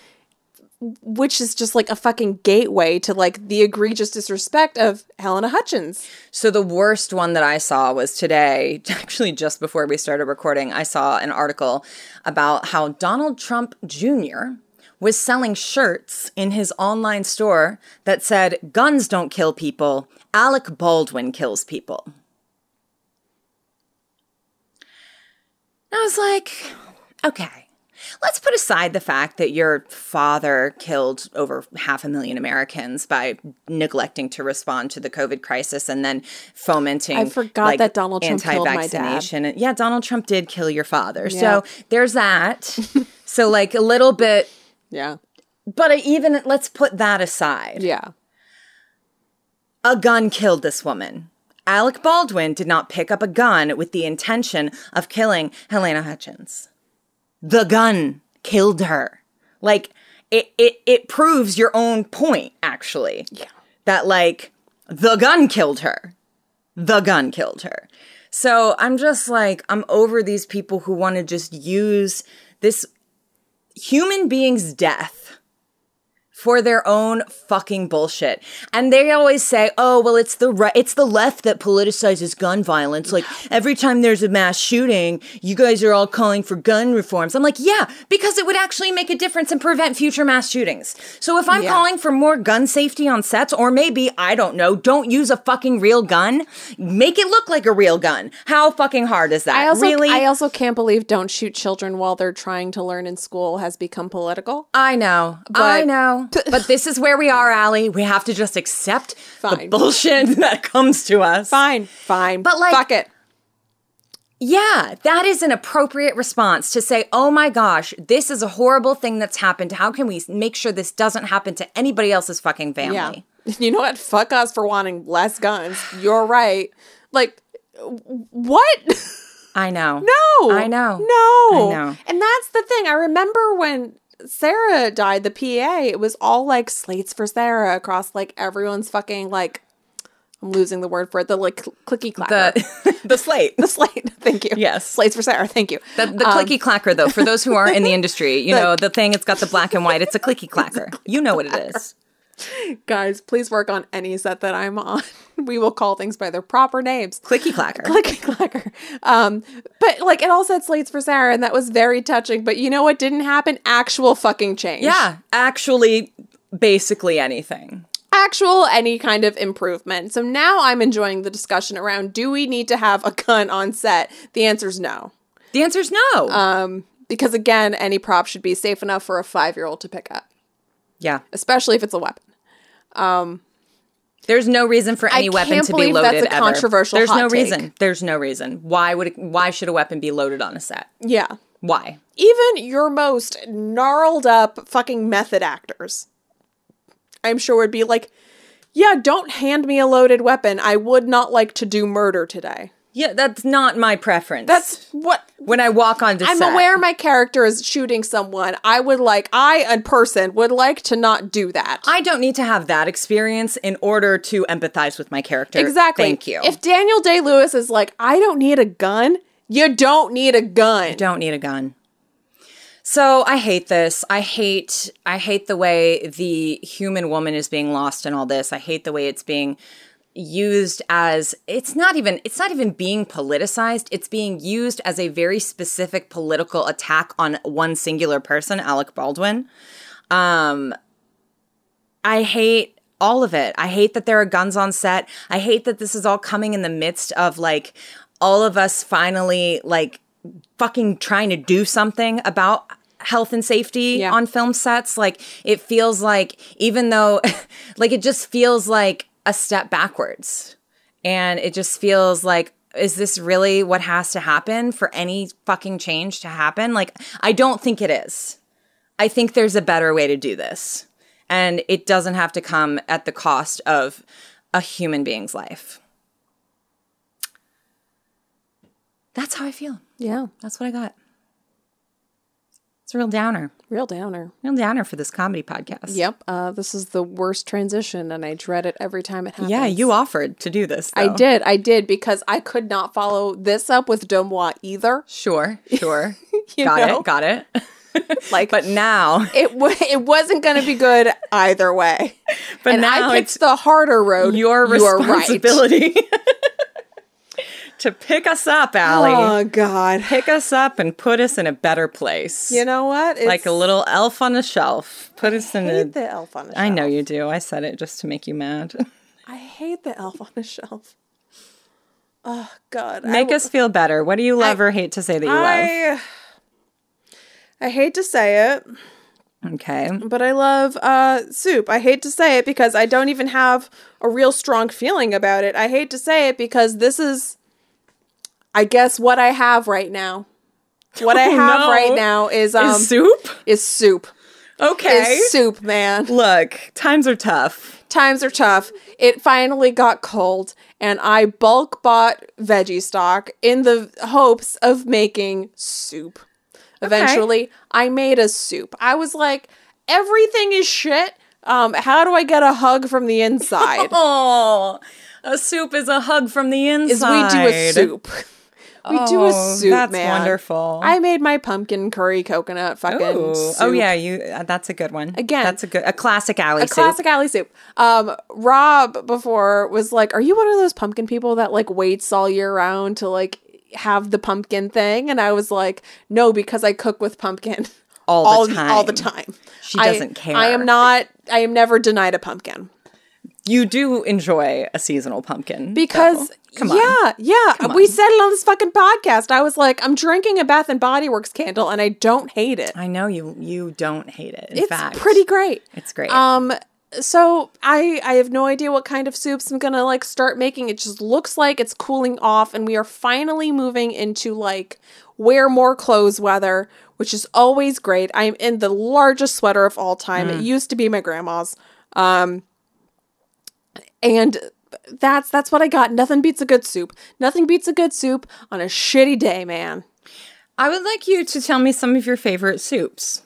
Speaker 1: Uh-huh.
Speaker 2: which is just like a fucking gateway to like the egregious disrespect of Helena Hutchins.
Speaker 1: So the worst one that I saw was today, actually just before we started recording, I saw an article about how Donald Trump Jr. was selling shirts in his online store that said guns don't kill people, Alec Baldwin kills people. And I was like, okay. Let's put aside the fact that your father killed over half a million Americans by neglecting to respond to the COVID crisis and then fomenting.
Speaker 2: I forgot that Donald Trump killed my dad.
Speaker 1: anti-vaccination. Yeah, Donald Trump did kill your father.
Speaker 2: Yeah.
Speaker 1: So there's that. So like a little bit,
Speaker 2: Yeah.
Speaker 1: but I even let's put that aside.
Speaker 2: Yeah.
Speaker 1: A gun killed this woman. Alec Baldwin did not pick up a gun with the intention of killing Helena Hutchins. The gun killed her. Like it it it proves your own point actually. Yeah. That like the gun killed her. The gun killed her. So I'm just like I'm over these people who want to just use this human being's death for their own fucking bullshit. And they always say, "Oh, well, it's the right, it's the left that politicizes gun violence. Like every time there's a mass shooting, you guys are all calling for gun reforms." I'm like, "Yeah, because it would actually make a difference and prevent future mass shootings." So if I'm calling for more gun safety on sets or maybe, I don't know, don't use a fucking real gun, make it look like a real gun. How fucking hard is that?
Speaker 2: I also
Speaker 1: really?
Speaker 2: I also can't believe don't shoot children while they're trying to learn in school has become political.
Speaker 1: I know. I know. but this is where we are, Allie. We have to just accept the
Speaker 2: Fine.
Speaker 1: bullshit that comes to us.
Speaker 2: Fine, fine.
Speaker 1: But, like-
Speaker 2: fuck it.
Speaker 1: Yeah, that is an appropriate response to say, oh my gosh, this is a horrible thing that's happened. How can we make sure this doesn't happen to anybody else's fucking family?
Speaker 2: Yeah. You know what? Fuck us for wanting less guns. You're right. Like w- what?
Speaker 1: I know.
Speaker 2: No.
Speaker 1: I know. I
Speaker 2: No.
Speaker 1: know.
Speaker 2: And that's the thing. I remember when Sarah died, the PA, it was all like slates for Sarah across like everyone's fucking like I'm losing the word for it, the like cl- clicky clacker. The,
Speaker 1: The, Uh, the slate.
Speaker 2: slate. Thank you.
Speaker 1: Yes.
Speaker 2: Slates for Sarah. Thank you.
Speaker 1: The, the clicky clacker, though, for those who aren't in the industry, you know, the thing, it's got the black and white. It's a clicky clacker. You know what it is.
Speaker 2: Guys, please work on any set that I'm on. We will call things by their proper names.
Speaker 1: Clicky clacker.
Speaker 2: Clicky clacker. Um, but like it all said slates for Sarah, and that was very touching. But you know what didn't happen? Actual fucking change.
Speaker 1: yeah, actually, basically anything.
Speaker 2: actual any kind of improvement. So now I'm enjoying the discussion around do we need to have a gun on set? The answer is no.
Speaker 1: The answer is no.
Speaker 2: Um, because again, any prop should be safe enough for a five year old to pick up,
Speaker 1: yeah.
Speaker 2: especially if it's a weapon.
Speaker 1: There's no reason for any
Speaker 2: can't
Speaker 1: weapon to be
Speaker 2: believe
Speaker 1: loaded
Speaker 2: that's a
Speaker 1: ever.
Speaker 2: controversial
Speaker 1: There's
Speaker 2: hot
Speaker 1: no
Speaker 2: take.
Speaker 1: reason. There's no reason. Why would it, why should a weapon be loaded on a set?
Speaker 2: Yeah.
Speaker 1: Why?
Speaker 2: Even your most gnarled up fucking method actors, I'm sure would be like, yeah, don't hand me a loaded weapon. I would not like to do murder today.
Speaker 1: Yeah, that's not my preference.
Speaker 2: That's what
Speaker 1: when I walk onto
Speaker 2: I'm
Speaker 1: set.
Speaker 2: aware my character is shooting someone. I would like, I, a person, would like to not do that.
Speaker 1: I don't need to have that experience in order to empathize with my character.
Speaker 2: exactly.
Speaker 1: Thank you.
Speaker 2: If Daniel Day Lewis is like, I don't need a gun, you don't need a gun.
Speaker 1: don't need a gun. So I hate this. I hate I hate the way the human woman is being lost in all this. I hate the way it's being used as it's not even it's not even being politicized. It's being used as a very specific political attack on one singular person, Alec Baldwin. Um I hate all of it. I hate that there are guns on set. I hate that this is all coming in the midst of like all of us finally like fucking trying to do something about health and safety
Speaker 2: Yeah.
Speaker 1: on film sets. Like it feels like even though like it just feels like a step backwards. And it just feels like is this really what has to happen for any fucking change to happen? Like I don't think it is. I think there's a better way to do this. And it doesn't have to come at the cost of a human being's life. That's how I feel.
Speaker 2: Yeah,
Speaker 1: That's what I got. It's a real downer.
Speaker 2: real downer.
Speaker 1: Real downer for this comedy podcast.
Speaker 2: Yep. Uh, this is the worst transition, and I dread it every time it happens.
Speaker 1: Yeah, you offered to do this.
Speaker 2: I
Speaker 1: though.
Speaker 2: did. I did because I could not follow this up with Domois either.
Speaker 1: Sure, sure.
Speaker 2: You
Speaker 1: got
Speaker 2: know?
Speaker 1: it, got it.
Speaker 2: Like,
Speaker 1: But now,
Speaker 2: it w- it wasn't going to be good either way.
Speaker 1: but
Speaker 2: and
Speaker 1: now
Speaker 2: I
Speaker 1: it's
Speaker 2: picked the harder road.
Speaker 1: your
Speaker 2: You are
Speaker 1: responsibility to pick us up, Allie.
Speaker 2: Right. Oh God.
Speaker 1: pick us up and put us in a better place.
Speaker 2: You know what? It's
Speaker 1: like a little elf on a shelf. Put us in
Speaker 2: I hate
Speaker 1: a.
Speaker 2: the elf on a shelf.
Speaker 1: I know you do. I said it just to make you mad.
Speaker 2: I hate the elf on a shelf. Oh God. I
Speaker 1: make
Speaker 2: w-
Speaker 1: us feel better. What do you love or hate to say that you
Speaker 2: I I hate to say it,
Speaker 1: love? Okay.
Speaker 2: but I love uh, soup. I hate to say it because I don't even have a real strong feeling about it. I hate to say it because this is, I guess, what I have right now. What I
Speaker 1: Oh,
Speaker 2: have
Speaker 1: no.
Speaker 2: right now is um
Speaker 1: Is soup?
Speaker 2: is soup.
Speaker 1: Okay.
Speaker 2: Is soup, man.
Speaker 1: Look, times are tough.
Speaker 2: times are tough. It finally got cold, and I bulk bought veggie stock in the hopes of making soup. Eventually, I made a soup. I was like, everything is shit. Um, how do I get a hug from the inside?
Speaker 1: Oh, a soup is a hug from the
Speaker 2: Is we
Speaker 1: inside.
Speaker 2: do a soup. We do a
Speaker 1: Oh,
Speaker 2: soup,
Speaker 1: that's
Speaker 2: man.
Speaker 1: wonderful.
Speaker 2: I made my pumpkin curry coconut fucking
Speaker 1: Ooh.
Speaker 2: soup.
Speaker 1: Oh yeah, you. Uh, that's a good one.
Speaker 2: Again,
Speaker 1: that's a good, a classic alley soup.
Speaker 2: Classic alley soup. Um, Rob before was like, "Are you one of those pumpkin people that like waits all year round to like have the pumpkin thing?" And I was like, "No, because I cook with pumpkin
Speaker 1: All the time.
Speaker 2: all the time.
Speaker 1: She
Speaker 2: I-
Speaker 1: doesn't care.
Speaker 2: I am not. I am never denied a pumpkin
Speaker 1: You do enjoy a seasonal pumpkin
Speaker 2: because."
Speaker 1: though. Come on.
Speaker 2: Yeah, yeah. We said it on this fucking podcast. I was like, I'm drinking a Bath and Body Works candle and I don't hate it.
Speaker 1: I know you. You don't hate it. In
Speaker 2: it's
Speaker 1: fact,
Speaker 2: pretty great.
Speaker 1: It's great.
Speaker 2: Um so I I have no idea what kind of soups I'm going to like start making. It just looks like it's cooling off and we are finally moving into like wear more clothes weather, which is always great. I'm in the largest sweater of all time. It used to be my grandma's. Um and that's that's what I got. Nothing beats a good soup. Nothing beats a good soup on a shitty day, man.
Speaker 1: I would like you to tell me some of your favorite soups.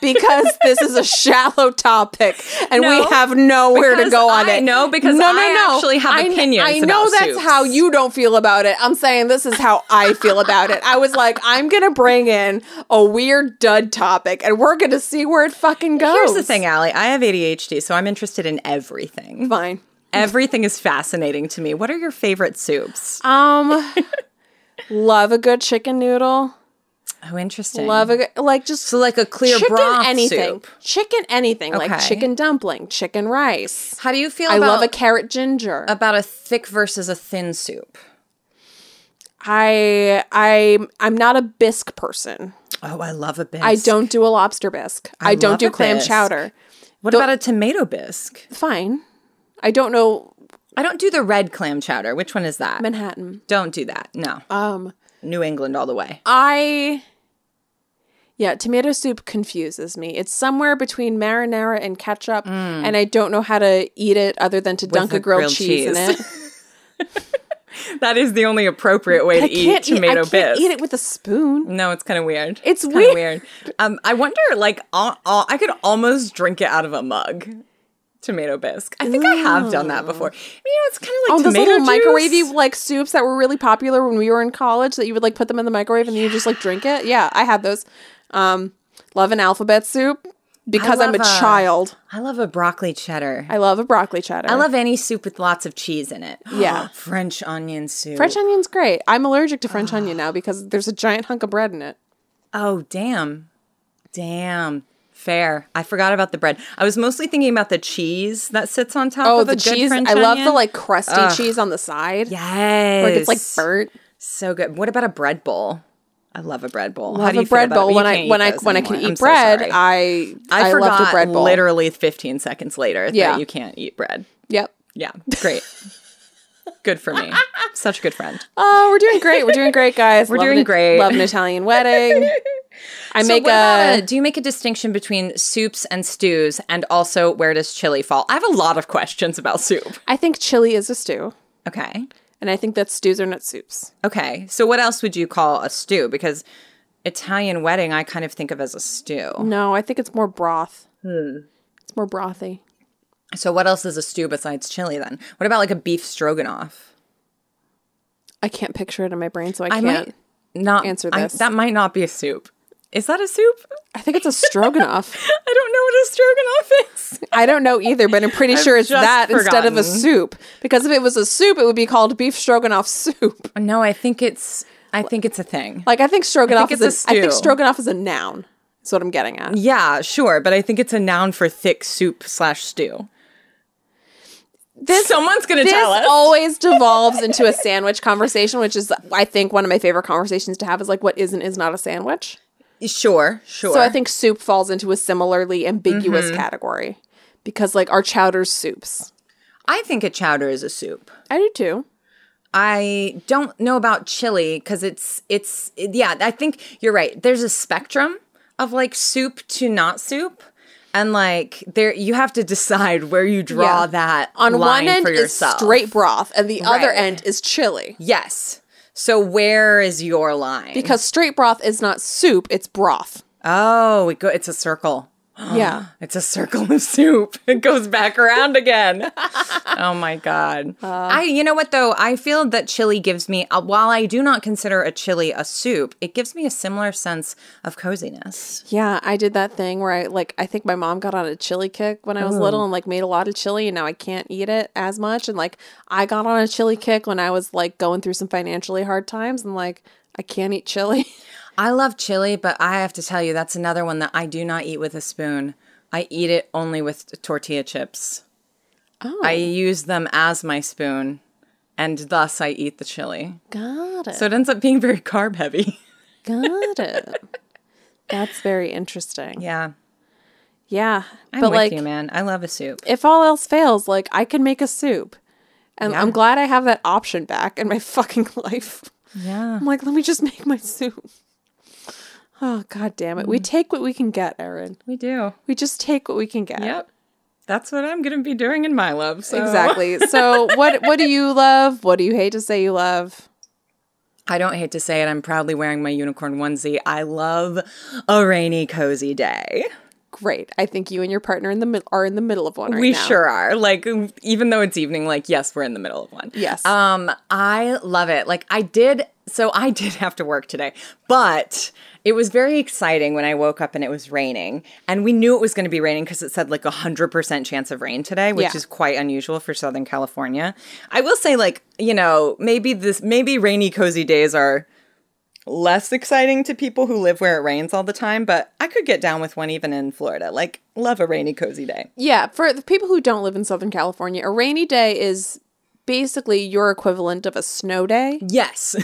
Speaker 2: because this is a shallow topic and
Speaker 1: No,
Speaker 2: we have nowhere to
Speaker 1: because
Speaker 2: go on
Speaker 1: I
Speaker 2: it.
Speaker 1: know, because I actually have
Speaker 2: kn-
Speaker 1: opinions
Speaker 2: I know
Speaker 1: about
Speaker 2: that's
Speaker 1: soups.
Speaker 2: how you don't feel about it. I'm saying this is how I feel about it. I was like, I'm gonna bring in a weird dud topic and we're gonna see where it fucking goes.
Speaker 1: Here's the thing, Allie. I have ADHD, so I'm interested in everything.
Speaker 2: Fine.
Speaker 1: Everything is fascinating to me. What are your favorite soups?
Speaker 2: Um love a good chicken noodle.
Speaker 1: Oh, interesting.
Speaker 2: Love a good, like just
Speaker 1: so like a clear
Speaker 2: chicken
Speaker 1: broth
Speaker 2: anything.
Speaker 1: soup.
Speaker 2: Chicken anything. Like
Speaker 1: Okay.
Speaker 2: chicken dumpling, chicken rice.
Speaker 1: How do you feel
Speaker 2: I
Speaker 1: about
Speaker 2: love a carrot ginger.
Speaker 1: about a thick versus a thin soup?
Speaker 2: I I I'm not a bisque person.
Speaker 1: Oh, I love a bisque.
Speaker 2: I don't do a lobster bisque. I,
Speaker 1: love
Speaker 2: don't
Speaker 1: a
Speaker 2: do clam
Speaker 1: bisque.
Speaker 2: chowder.
Speaker 1: What about a tomato bisque?
Speaker 2: Fine. I don't know
Speaker 1: I don't do the red clam chowder. Which one is that?
Speaker 2: Manhattan.
Speaker 1: Don't do that. No.
Speaker 2: Um
Speaker 1: New England all the way.
Speaker 2: I Yeah, tomato soup confuses me. It's somewhere between marinara and ketchup and I don't know how to eat it other than to dunk
Speaker 1: Mm. the
Speaker 2: a grilled,
Speaker 1: grilled
Speaker 2: cheese, in
Speaker 1: cheese.
Speaker 2: it.
Speaker 1: That is the only appropriate way
Speaker 2: I
Speaker 1: to eat
Speaker 2: can't eat, I
Speaker 1: tomato
Speaker 2: can't
Speaker 1: bisque.
Speaker 2: eat it with a spoon.
Speaker 1: No, it's kind of weird.
Speaker 2: It's
Speaker 1: kinda
Speaker 2: weird.
Speaker 1: Um, I wonder, like, all, all, I could almost drink it out of a mug. Tomato bisque. I think I have done that before. You know, it's kind of like
Speaker 2: Oh, those
Speaker 1: tomato
Speaker 2: little
Speaker 1: juice.
Speaker 2: microwavey like soups that were really popular when we were in college that you would like put them in the microwave and then you just like drink it. Yeah, I had those. Um, love an alphabet soup because I'm a,
Speaker 1: love a-
Speaker 2: child.
Speaker 1: I love a broccoli cheddar.
Speaker 2: I love a broccoli cheddar.
Speaker 1: I love any soup with lots of cheese in it.
Speaker 2: Yeah.
Speaker 1: French onion soup.
Speaker 2: French onion's great. I'm allergic to French onion now because there's a giant hunk of bread in it.
Speaker 1: Oh, damn. Damn. Fair. I forgot about the bread. I was mostly thinking about the cheese that sits on top
Speaker 2: Oh,
Speaker 1: of a
Speaker 2: the
Speaker 1: good
Speaker 2: cheese!
Speaker 1: French
Speaker 2: I love the
Speaker 1: onion.
Speaker 2: like crusty cheese on the side. Yeah,
Speaker 1: Yes.
Speaker 2: like it's like burnt.
Speaker 1: So good. What about a bread bowl? I love a bread bowl. How
Speaker 2: Love
Speaker 1: do you
Speaker 2: a
Speaker 1: feel
Speaker 2: bread
Speaker 1: about it?
Speaker 2: bowl
Speaker 1: You
Speaker 2: when I
Speaker 1: can't
Speaker 2: when
Speaker 1: eat
Speaker 2: I
Speaker 1: those
Speaker 2: when I
Speaker 1: anymore.
Speaker 2: can
Speaker 1: I'm
Speaker 2: eat
Speaker 1: so
Speaker 2: bread.
Speaker 1: sorry.
Speaker 2: I
Speaker 1: I,
Speaker 2: I
Speaker 1: forgot
Speaker 2: loved a bread bowl.
Speaker 1: literally 15 seconds later
Speaker 2: Yeah.
Speaker 1: that you can't eat bread.
Speaker 2: Yep.
Speaker 1: Yeah, great. good for me. Such a good friend.
Speaker 2: Oh, we're doing great. We're doing great, guys. We're
Speaker 1: doing great.
Speaker 2: Love an Italian wedding. I
Speaker 1: So
Speaker 2: make
Speaker 1: what about
Speaker 2: a.
Speaker 1: a- do you make a distinction between soups and stews, and also where does chili fall? I have a lot of questions about soup.
Speaker 2: I think chili is a stew,
Speaker 1: Okay,
Speaker 2: and I think that stews are not soups.
Speaker 1: okay. So what else would you call a stew? Because Italian wedding, I kind of think of as a stew.
Speaker 2: No, I think it's more broth.
Speaker 1: Hmm.
Speaker 2: It's more brothy.
Speaker 1: So what else is a stew besides chili? Then what about like a beef stroganoff?
Speaker 2: I can't picture it in my brain, so I
Speaker 1: I
Speaker 2: can't. I,
Speaker 1: might not
Speaker 2: answer
Speaker 1: I-
Speaker 2: this.
Speaker 1: that might not be a soup. Is that a soup?
Speaker 2: think it's a stroganoff.
Speaker 1: I don't know what a stroganoff is.
Speaker 2: I don't know either, but I'm pretty sure it's
Speaker 1: just
Speaker 2: that instead of a
Speaker 1: forgotten.
Speaker 2: soup. Because if it was a soup, it would be called beef stroganoff soup.
Speaker 1: No, I think it's. I think it's a thing.
Speaker 2: Like I think stroganoff
Speaker 1: it's
Speaker 2: is
Speaker 1: a
Speaker 2: a, I think
Speaker 1: stew.
Speaker 2: stroganoff is a noun. Is what I'm getting at.
Speaker 1: Yeah, sure, but I think it's a noun for thick soup slash stew.
Speaker 2: This
Speaker 1: Someone's gonna
Speaker 2: this
Speaker 1: tell us.
Speaker 2: always devolves into a sandwich conversation, which is, I think, one of my favorite conversations to have is like, what is and is not a sandwich.
Speaker 1: sure, sure. Mm-hmm.
Speaker 2: So I think soup falls into a similarly ambiguous category because, like, our chowder's soups.
Speaker 1: I think a chowder is a soup.
Speaker 2: I do too.
Speaker 1: I don't know about chili because it's it's it- yeah. I think you're right. There's a spectrum of like soup to not soup, and like there you have to decide where you draw
Speaker 2: Yeah.
Speaker 1: that
Speaker 2: On
Speaker 1: line
Speaker 2: one end
Speaker 1: for
Speaker 2: is
Speaker 1: yourself.
Speaker 2: straight broth, and the other
Speaker 1: Right.
Speaker 2: end is chili.
Speaker 1: Yes. So where is your line?
Speaker 2: Because straight broth is not soup, it's broth.
Speaker 1: oh, it go, it's a circle.
Speaker 2: yeah.
Speaker 1: It's a circle of soup. It goes back around again. oh my god!
Speaker 2: Uh.
Speaker 1: I, you know what though? I feel that chili gives me, uh, while I do not consider a chili a soup, it gives me a similar sense of coziness.
Speaker 2: Yeah, I did that thing where I like I think my mom got on a chili kick when I was little and like made a lot of chili and now I can't eat it as much and like I got on a chili kick when I was like going through some financially hard times and like I can't eat chili.
Speaker 1: I love chili, but I have to tell you, that's another one that I do not eat with a spoon. I eat it only with tortilla chips.
Speaker 2: Oh.
Speaker 1: I use them as my spoon, and thus I eat the chili.
Speaker 2: Got it.
Speaker 1: So it ends up being very carb heavy.
Speaker 2: Got it. That's very interesting. Yeah.
Speaker 1: Yeah, I'm
Speaker 2: but
Speaker 1: with
Speaker 2: like
Speaker 1: you, man. I love a soup.
Speaker 2: if all else fails, like I can make a soup. And I'm glad I have that option back in my fucking life.
Speaker 1: Yeah.
Speaker 2: I'm like, let me just make my soup. Oh god damn it. We take what we can get, Erin.
Speaker 1: We do.
Speaker 2: We just take what we can get.
Speaker 1: Yep. That's what I'm going to be doing in my love. So.
Speaker 2: Exactly. So what what do you love? What do you hate to say you love?
Speaker 1: I don't hate to say it. I'm proudly wearing my unicorn onesie. I love a rainy, cozy day.
Speaker 2: Great. I think you and your partner in the mid- are in the middle of one right
Speaker 1: we
Speaker 2: now.
Speaker 1: sure are. Like, even though it's evening, like, yes, we're in the middle of one.
Speaker 2: Yes.
Speaker 1: Um, I love it. Like, I did. So I did have to work today, but it was very exciting when I woke up and it was raining. And we knew it was going to be raining because it said like a 100% chance of rain today, which
Speaker 2: Yeah.
Speaker 1: is quite unusual for Southern California. I will say, like, you know, maybe this, maybe rainy, cozy days are less exciting to people who live where it rains all the time, but I could get down with one even in Florida. Like, love a rainy, cozy day.
Speaker 2: Yeah, for the people who don't live in Southern California, a rainy day is basically your equivalent of a snow day.
Speaker 1: Yes.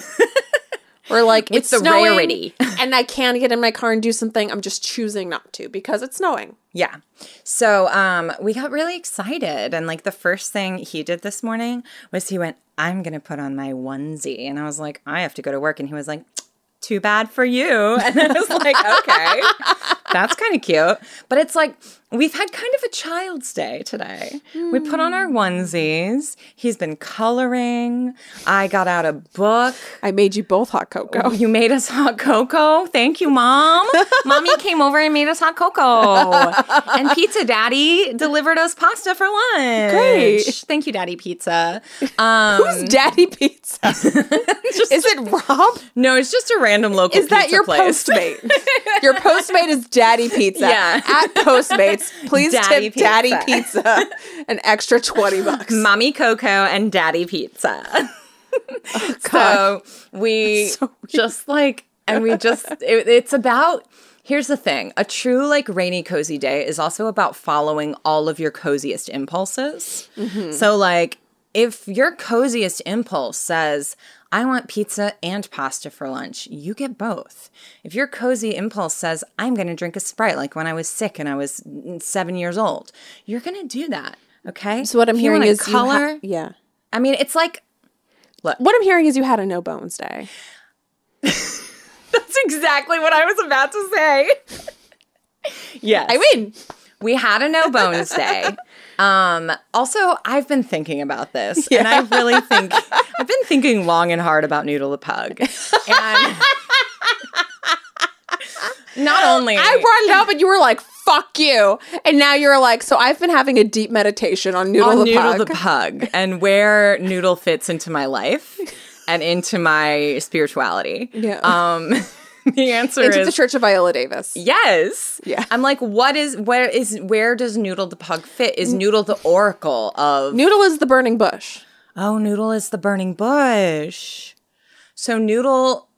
Speaker 2: Or like it's
Speaker 1: the
Speaker 2: snowing
Speaker 1: rarity.
Speaker 2: and I can get in my car and do something. I'm just choosing not to because it's snowing.
Speaker 1: Yeah. So um, we got really excited. And like the first thing he did this morning was he went, I'm going to put on my onesie. And I was like, I have to go to work. And he was like, too bad for you. And I was like, okay, that's kind of cute. But it's like, we've had kind of a child's day today. We put on our onesies. He's been coloring. I got out a book.
Speaker 2: I made you both hot cocoa.
Speaker 1: Oh, You made us hot cocoa. Thank you, mom. Mommy came over and made us hot cocoa. And pizza daddy delivered us pasta for lunch.
Speaker 2: Great.
Speaker 1: Thank you, daddy pizza. Um,
Speaker 2: Who's Daddy Pizza? is it Rob?
Speaker 1: no, it's just a random local
Speaker 2: Is that
Speaker 1: pizza
Speaker 2: your
Speaker 1: place.
Speaker 2: Postmate? your Postmate is Daddy Pizza.
Speaker 1: Yeah.
Speaker 2: At Postmates, please
Speaker 1: Daddy
Speaker 2: tip Daddy
Speaker 1: Pizza.
Speaker 2: Pizza an extra 20 bucks.
Speaker 1: Mommy Coco and Daddy Pizza. so we just like, and we just, it, it's about, here's the thing a true, like, rainy, cozy day is also about following all of your coziest impulses.
Speaker 2: Mm-hmm.
Speaker 1: So, like, if your coziest impulse says, I want pizza and pasta for lunch, you get both. If your cozy impulse says, I'm going to drink a Sprite, like when I was sick and I was seven years old, you're going to do that. Okay.
Speaker 2: So what I'm
Speaker 1: If you
Speaker 2: hearing
Speaker 1: wanna
Speaker 2: is you ha-
Speaker 1: color.
Speaker 2: yeah.
Speaker 1: I mean, it's like
Speaker 2: What I'm hearing is you had a no bones day.
Speaker 1: that's exactly what I was about to say. yes,
Speaker 2: I win.
Speaker 1: we had a no bones day. Um, also, I've been thinking about this, and I really think I've been thinking long and hard about Noodle the Pug. And not only
Speaker 2: I brought it up and you were like, fuck you. And now you're like, so I've been having a deep meditation on Noodle
Speaker 1: on
Speaker 2: the
Speaker 1: Noodle
Speaker 2: Pug.
Speaker 1: the Pug and where Noodle fits into my life and into my spirituality.
Speaker 2: Yeah.
Speaker 1: Um, the answer
Speaker 2: into
Speaker 1: is
Speaker 2: the Church of Viola Davis.
Speaker 1: Yes.
Speaker 2: Yeah.
Speaker 1: I'm like, what is where is where does Noodle the Pug fit? Is Noodle the Oracle of
Speaker 2: Noodle is the burning bush.
Speaker 1: Oh, Noodle is the burning bush. So Noodle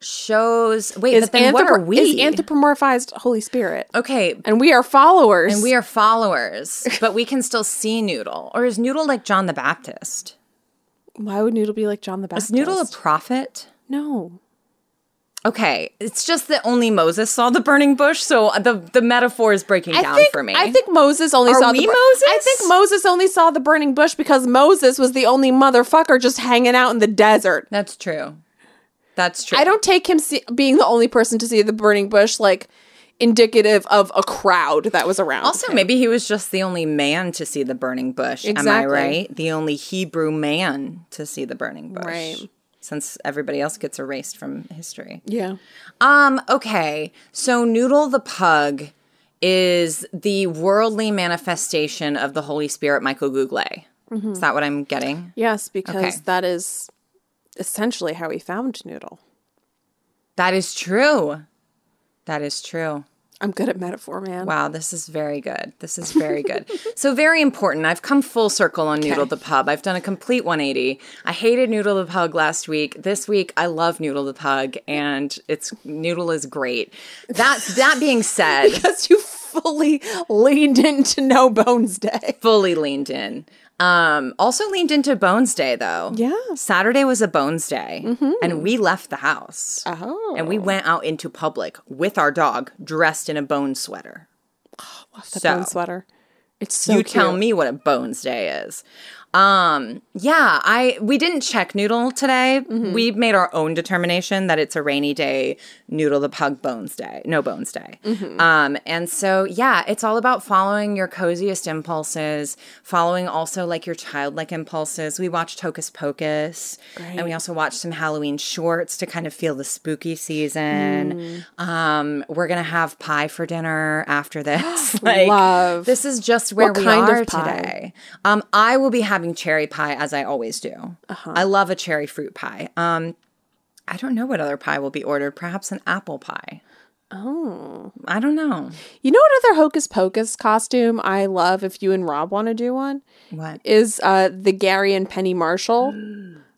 Speaker 1: shows wait,
Speaker 2: Is,
Speaker 1: but then what are
Speaker 2: anthrop-
Speaker 1: we?
Speaker 2: is anthropomorphized Holy Spirit.
Speaker 1: okay.
Speaker 2: And we are followers.
Speaker 1: We are followers, but we can still see Noodle. Or is Noodle like John the Baptist?
Speaker 2: Why would Noodle be like John the Baptist?
Speaker 1: Is Noodle a prophet?
Speaker 2: No.
Speaker 1: Okay, it's just that only Moses saw the burning bush, so the the metaphor is breaking down
Speaker 2: think,
Speaker 1: for me.
Speaker 2: I think Moses only
Speaker 1: Are
Speaker 2: saw
Speaker 1: we
Speaker 2: the bur-
Speaker 1: Moses?
Speaker 2: I think Moses only saw the burning bush because Moses was the only motherfucker just hanging out in the desert.
Speaker 1: that's true. That's true.
Speaker 2: I don't take him see- being the only person to see the burning bush like indicative of a crowd that was around.
Speaker 1: Also, maybe he was just the only man to see the burning bush. Am I
Speaker 2: Exactly.
Speaker 1: right? The only Hebrew man to see the burning bush.
Speaker 2: Right.
Speaker 1: Since everybody else gets erased from history.
Speaker 2: yeah.
Speaker 1: Um, okay. So Noodle the Pug is the worldly manifestation of the Holy Spirit, Michael Google.
Speaker 2: Mm-hmm.
Speaker 1: Is that what I'm getting?
Speaker 2: Yes, because
Speaker 1: Okay.
Speaker 2: that is essentially how he found Noodle.
Speaker 1: That is true. That is true.
Speaker 2: I'm good at metaphor, man.
Speaker 1: Wow, this is very good. This is very good. so very important. I've come full circle on Noodle the Pub. I've done a complete 180. I hated Noodle the Pug last week. This week I love Noodle the Pug and it's Noodle is great. That that being said,
Speaker 2: Because you fully leaned into No Bones Day.
Speaker 1: fully leaned in. Um, also leaned into Bones Day though.
Speaker 2: Yeah. Mm-hmm.
Speaker 1: Saturday was a Bones Day, and we left the house
Speaker 2: Oh.
Speaker 1: and we went out into public with our dog, dressed in a bone sweater.
Speaker 2: The
Speaker 1: So-
Speaker 2: bone sweater. It's so
Speaker 1: you tell
Speaker 2: cute.
Speaker 1: me what a Bones Day is. Um, yeah, I we didn't check Noodle today.
Speaker 2: Mm-hmm.
Speaker 1: We made our own determination that it's a rainy day. Noodle the pug Bones Day, no Bones Day.
Speaker 2: Mm-hmm.
Speaker 1: Um, and so yeah, it's all about following your coziest impulses, following also like your childlike impulses. We watched Hocus Pocus, and we also watched some Halloween shorts to kind of feel the spooky season.
Speaker 2: Mm.
Speaker 1: Um, we're gonna have pie for dinner after this. like,
Speaker 2: Love.
Speaker 1: This is just where
Speaker 2: What
Speaker 1: we
Speaker 2: kind of
Speaker 1: are
Speaker 2: pie?
Speaker 1: today. Um, I will be having cherry pie as I always do.
Speaker 2: Uh-huh.
Speaker 1: I love a cherry fruit pie. Um, I don't know what other pie will be ordered. Perhaps an apple pie. Oh, I don't know
Speaker 2: You know what other Hocus Pocus costume I love if you and Rob want to do one?
Speaker 1: what.
Speaker 2: Is uh the Gary and Penny Marshall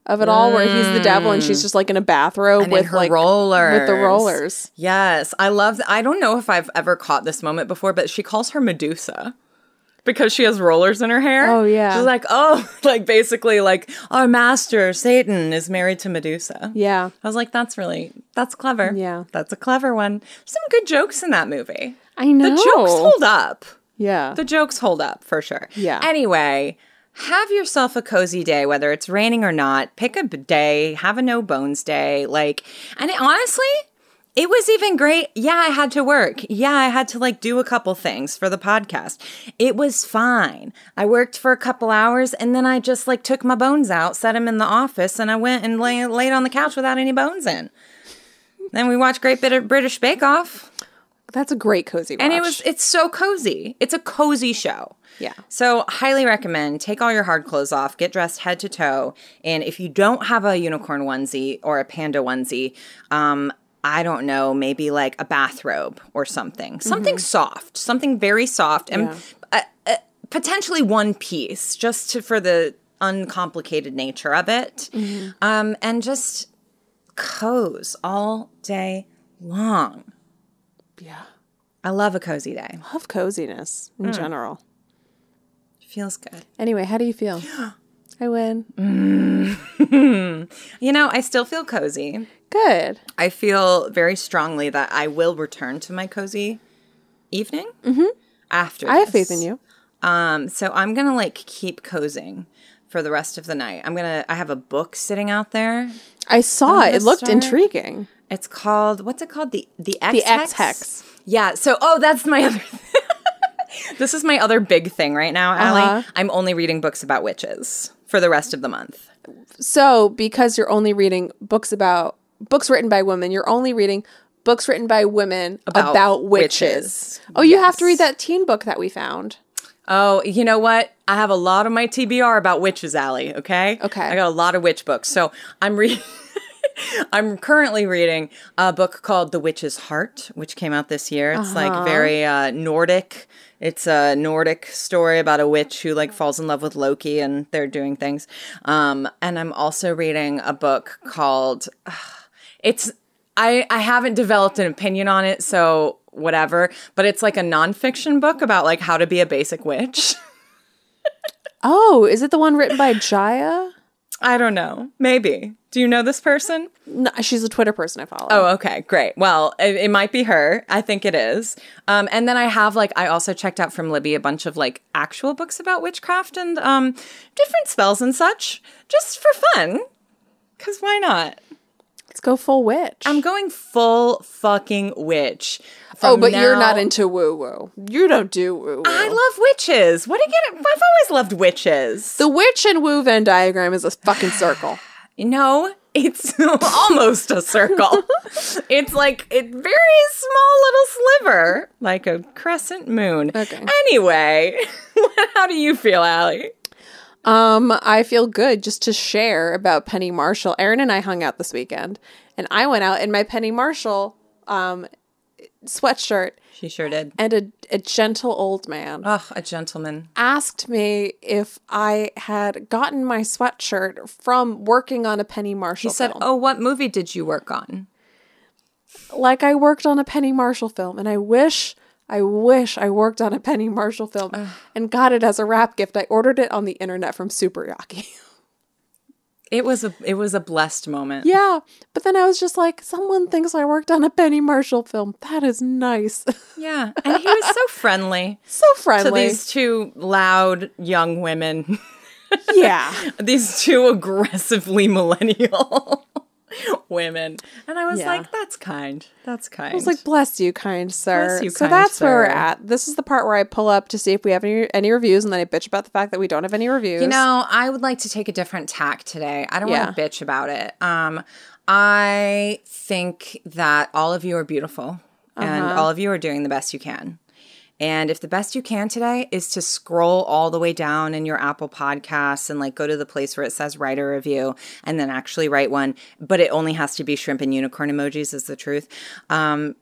Speaker 2: of it all where he's the devil and she's just like in a bathrobe
Speaker 1: Mm. And
Speaker 2: with
Speaker 1: in her
Speaker 2: like
Speaker 1: rollers,
Speaker 2: with the rollers.
Speaker 1: Yes, I love. th- I don't know if I've ever caught this moment before, but she calls her Medusa. Because she has rollers in her hair.
Speaker 2: Oh, yeah.
Speaker 1: she's like, oh, like basically, like our master Satan is married to Medusa.
Speaker 2: Yeah.
Speaker 1: I was like, that's really that's clever.
Speaker 2: Yeah.
Speaker 1: That's a clever one. Some good jokes in that movie.
Speaker 2: I know.
Speaker 1: The jokes hold up.
Speaker 2: yeah.
Speaker 1: The jokes hold up for sure.
Speaker 2: Yeah.
Speaker 1: Anyway, have yourself a cozy day, whether it's raining or not. Pick a b- day, have a no bones day. Like, and it, honestly, it was even great. Yeah, I had to work. Yeah, I had to like do a couple things for the podcast. It was fine. I worked for a couple hours and then I just like took my bones out, set them in the office, and I went and lay, laid on the couch without any bones in. Then we watched Great Bit of British Bake Off.
Speaker 2: That's a great cozy watch.
Speaker 1: And it was it's so cozy. It's a cozy show.
Speaker 2: Yeah.
Speaker 1: So highly recommend take all your hard clothes off, get dressed head to toe, and if you don't have a unicorn onesie or a panda onesie, um I don't know, maybe like a bathrobe or something.
Speaker 2: Mm-hmm.
Speaker 1: Something soft, something very soft and uh, uh, potentially one piece just to, for the uncomplicated nature of it.
Speaker 2: Mm-hmm.
Speaker 1: Um and just coze all day long.
Speaker 2: yeah.
Speaker 1: I love a cozy day.
Speaker 2: Love coziness
Speaker 1: Mm.
Speaker 2: in general.
Speaker 1: Feels good.
Speaker 2: Anyway, how do you feel? I win.
Speaker 1: You know, I still feel cozy.
Speaker 2: Good.
Speaker 1: I feel very strongly that I will return to my cozy evening mm-hmm. after.
Speaker 2: I have faith in you.
Speaker 1: Um, so I'm gonna like keep cozing for the rest of the night. I'm gonna. I have a book sitting out there.
Speaker 2: I saw it. It
Speaker 1: let's
Speaker 2: looked
Speaker 1: start.
Speaker 2: intriguing.
Speaker 1: It's called what's it called? The the X
Speaker 2: The X Hex.
Speaker 1: Yeah. So oh, that's my other. this is my other big thing right now, Allie.
Speaker 2: Uh-huh.
Speaker 1: I'm only reading books about witches for the rest of the month.
Speaker 2: So, because you're only reading books about books written by women, you're only reading books written by women about, witches.
Speaker 1: witches.
Speaker 2: Oh, you have to read that teen book that we found.
Speaker 1: Oh, you know what? I have a lot on my TBR about witches, Alley. Okay.
Speaker 2: Okay.
Speaker 1: I got a lot of witch books, so I'm reading. I'm currently reading a book called The Witch's Heart, which came out this year. It's like very uh, Nordic. It's a Nordic story about a witch who like falls in love with Loki, and they're doing things. Um, and I'm also reading a book called it's I I haven't developed an opinion on it, so whatever. But it's like a nonfiction book about like how to be a basic witch.
Speaker 2: Oh, is it the one written by Jaya?
Speaker 1: I don't know. Maybe. Do you know this person?
Speaker 2: No, she's a Twitter person I follow.
Speaker 1: Oh, okay, great. Well, it, it might be her. I think it is. Um, and then I have like I also checked out from Libby a bunch of like actual books about witchcraft and um, different spells and such, just for fun. Cause why not?
Speaker 2: Let's go full witch.
Speaker 1: I'm going full fucking witch.
Speaker 2: oh,
Speaker 1: From
Speaker 2: but you're
Speaker 1: now-
Speaker 2: not into woo woo. You don't do woo woo.
Speaker 1: I love witches. What do you get? I've always loved witches.
Speaker 2: the witch and woo Venn diagram is a fucking circle.
Speaker 1: No, it's almost a circle. it's like a very small little sliver, like a crescent moon.
Speaker 2: Okay.
Speaker 1: Anyway, how do you feel, Allie?
Speaker 2: Um, I feel good just to share about Penny Marshall. Aaron and I hung out this weekend, and I went out in my Penny Marshall um sweatshirt,
Speaker 1: She sure did.
Speaker 2: and a, a gentle old man
Speaker 1: Oh, a gentleman.
Speaker 2: asked me if I had gotten my sweatshirt from working on a Penny Marshall.
Speaker 1: He said,
Speaker 2: film.
Speaker 1: "Oh, what movie did you work on?" "Oh."
Speaker 2: like I worked on a Penny Marshall film, and I wish, I wish I worked on a Penny Marshall film and got it as a wrap gift. I ordered it on the internet from Super Yaki.
Speaker 1: It was a it was a blessed moment.
Speaker 2: yeah, but then I was just like, someone thinks I worked on a Penny Marshall film. That is nice,
Speaker 1: Yeah, and he was so friendly
Speaker 2: so
Speaker 1: to
Speaker 2: friendly.
Speaker 1: these two loud young women.
Speaker 2: yeah,
Speaker 1: these two aggressively millennial women. And I was
Speaker 2: Yeah.
Speaker 1: like, that's kind. That's kind.
Speaker 2: I was like, bless you, kind sir.
Speaker 1: Bless you,
Speaker 2: so
Speaker 1: kind
Speaker 2: that's where we're
Speaker 1: sir.
Speaker 2: at. This is the part where I pull up to see if we have any any reviews, and then I bitch about the fact that we don't have any reviews.
Speaker 1: you know, I would like to take a different tack today. I don't want to
Speaker 2: Yeah.
Speaker 1: bitch about it. Um, I think that all of you are beautiful and
Speaker 2: Uh-huh.
Speaker 1: all of you are doing the best you can. And if the best you can today is to scroll all the way down in your Apple Podcasts and like go to the place where it says write a review and then actually write one, but it only has to be shrimp and unicorn emojis, is the truth. Um,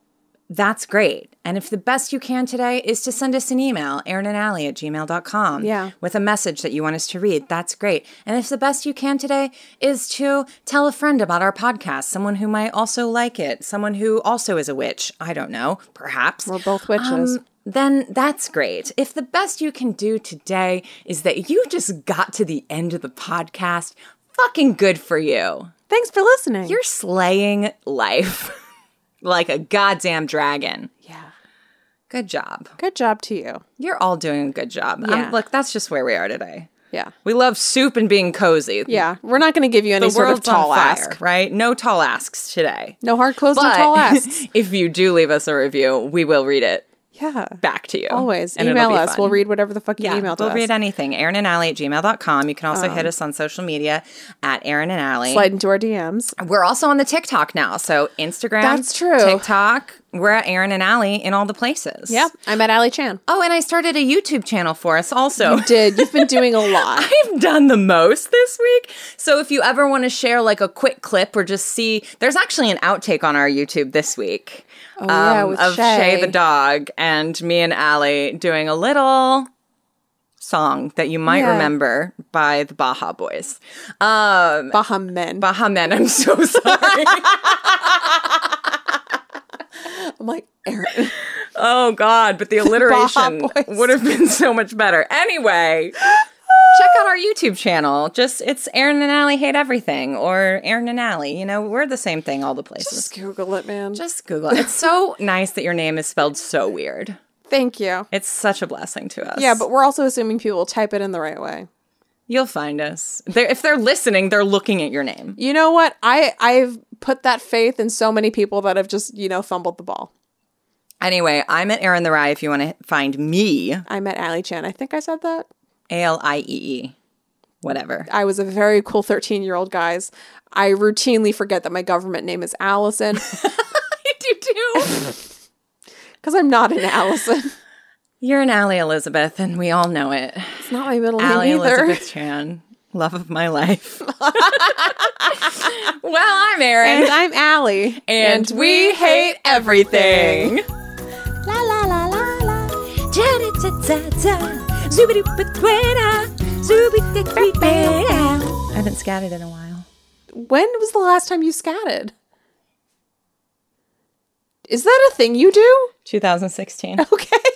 Speaker 1: that's great. And if the best you can today is to send us an email, Aaron and Allie at gmail.com,
Speaker 2: Yeah.
Speaker 1: with a message that you want us to read, that's great. And if the best you can today is to tell a friend about our podcast, someone who might also like it, someone who also is a witch, I don't know, perhaps.
Speaker 2: we're both witches.
Speaker 1: Um, then that's great. If the best you can do today is that you just got to the end of the podcast, fucking good for you.
Speaker 2: Thanks for listening.
Speaker 1: You're slaying life like a goddamn dragon.
Speaker 2: yeah,
Speaker 1: Good job.
Speaker 2: good job to you.
Speaker 1: You're all doing a good job. I'm-
Speaker 2: Yeah.
Speaker 1: look, that's just where we are today.
Speaker 2: Yeah.
Speaker 1: We love soup and being cozy.
Speaker 2: Yeah, we're not going to give you any
Speaker 1: The
Speaker 2: sort of
Speaker 1: world's
Speaker 2: tall
Speaker 1: on fire,
Speaker 2: ask.
Speaker 1: right? No tall asks today.
Speaker 2: No hard clothes, no
Speaker 1: But
Speaker 2: tall asks.
Speaker 1: if you do leave us a review, we will read it
Speaker 2: Yeah,
Speaker 1: back to you.
Speaker 2: always
Speaker 1: And it'll
Speaker 2: email
Speaker 1: be
Speaker 2: us.
Speaker 1: fun.
Speaker 2: We'll read whatever the fuck you
Speaker 1: Yeah,
Speaker 2: email to
Speaker 1: we'll
Speaker 2: us. Um,
Speaker 1: read anything. Aaron and Allie at gmail.com. You can also hit us on social media at Aaron and Allie.
Speaker 2: Slide into our DMs.
Speaker 1: We're also on the TikTok now. So Instagram,
Speaker 2: That's true.
Speaker 1: TikTok, we're at Aaron and Allie in all the places.
Speaker 2: Yep, I'm at Ali Chan.
Speaker 1: Oh, and I started a YouTube channel for us also.
Speaker 2: Did you've been doing a lot?
Speaker 1: I've done the most this week. So if you ever want to share like a quick clip or just see, there's actually an outtake on our YouTube this week oh,
Speaker 2: yeah, with
Speaker 1: of
Speaker 2: Shay.
Speaker 1: the dog and me and Allie doing a little song that you might
Speaker 2: Yeah.
Speaker 1: remember by the Baja Boys. Um,
Speaker 2: Baha men.
Speaker 1: Baja Men, I'm so sorry.
Speaker 2: I'm like Aaron.
Speaker 1: oh God, but the alliteration
Speaker 2: Boys.
Speaker 1: would have been so much better. Anyway. Check out our YouTube channel. Just it's Aaron and Allie hate everything, or Aaron and Allie. You know we're the same thing all the places.
Speaker 2: Just Google it, man.
Speaker 1: Just Google it. It's so nice that your name is spelled so weird.
Speaker 2: Thank you.
Speaker 1: It's such a blessing to us.
Speaker 2: Yeah, but we're also assuming people will type it in the right way.
Speaker 1: you'll find us. They're, if they're listening, they're looking at your name.
Speaker 2: You know what? I I've put that faith in so many people that have just you know fumbled the ball.
Speaker 1: Anyway, I'm at Aaron the Rye if you want to find me.
Speaker 2: I'm at Ali Chan. I think I said that.
Speaker 1: A L I E E. Whatever.
Speaker 2: I was a very cool 13 year old, guys. I routinely forget that my government name is Allison
Speaker 1: I do too.
Speaker 2: because I'm not an Allison.
Speaker 1: You're an Allie Elizabeth, and we all know it.
Speaker 2: It's not my middle name
Speaker 1: Allie
Speaker 2: either.
Speaker 1: Elizabeth Chan, love of my life. well, I'm Aaron.
Speaker 2: And I'm Allie.
Speaker 1: and we hate everything.
Speaker 3: La la la la la. Ja da da da da. Zooby doo ba twitter. Zooby doo doo ba
Speaker 1: I haven't scattered in a while.
Speaker 2: When was the last time you scatted? Is that a thing you do?
Speaker 1: 2016.
Speaker 2: Okay.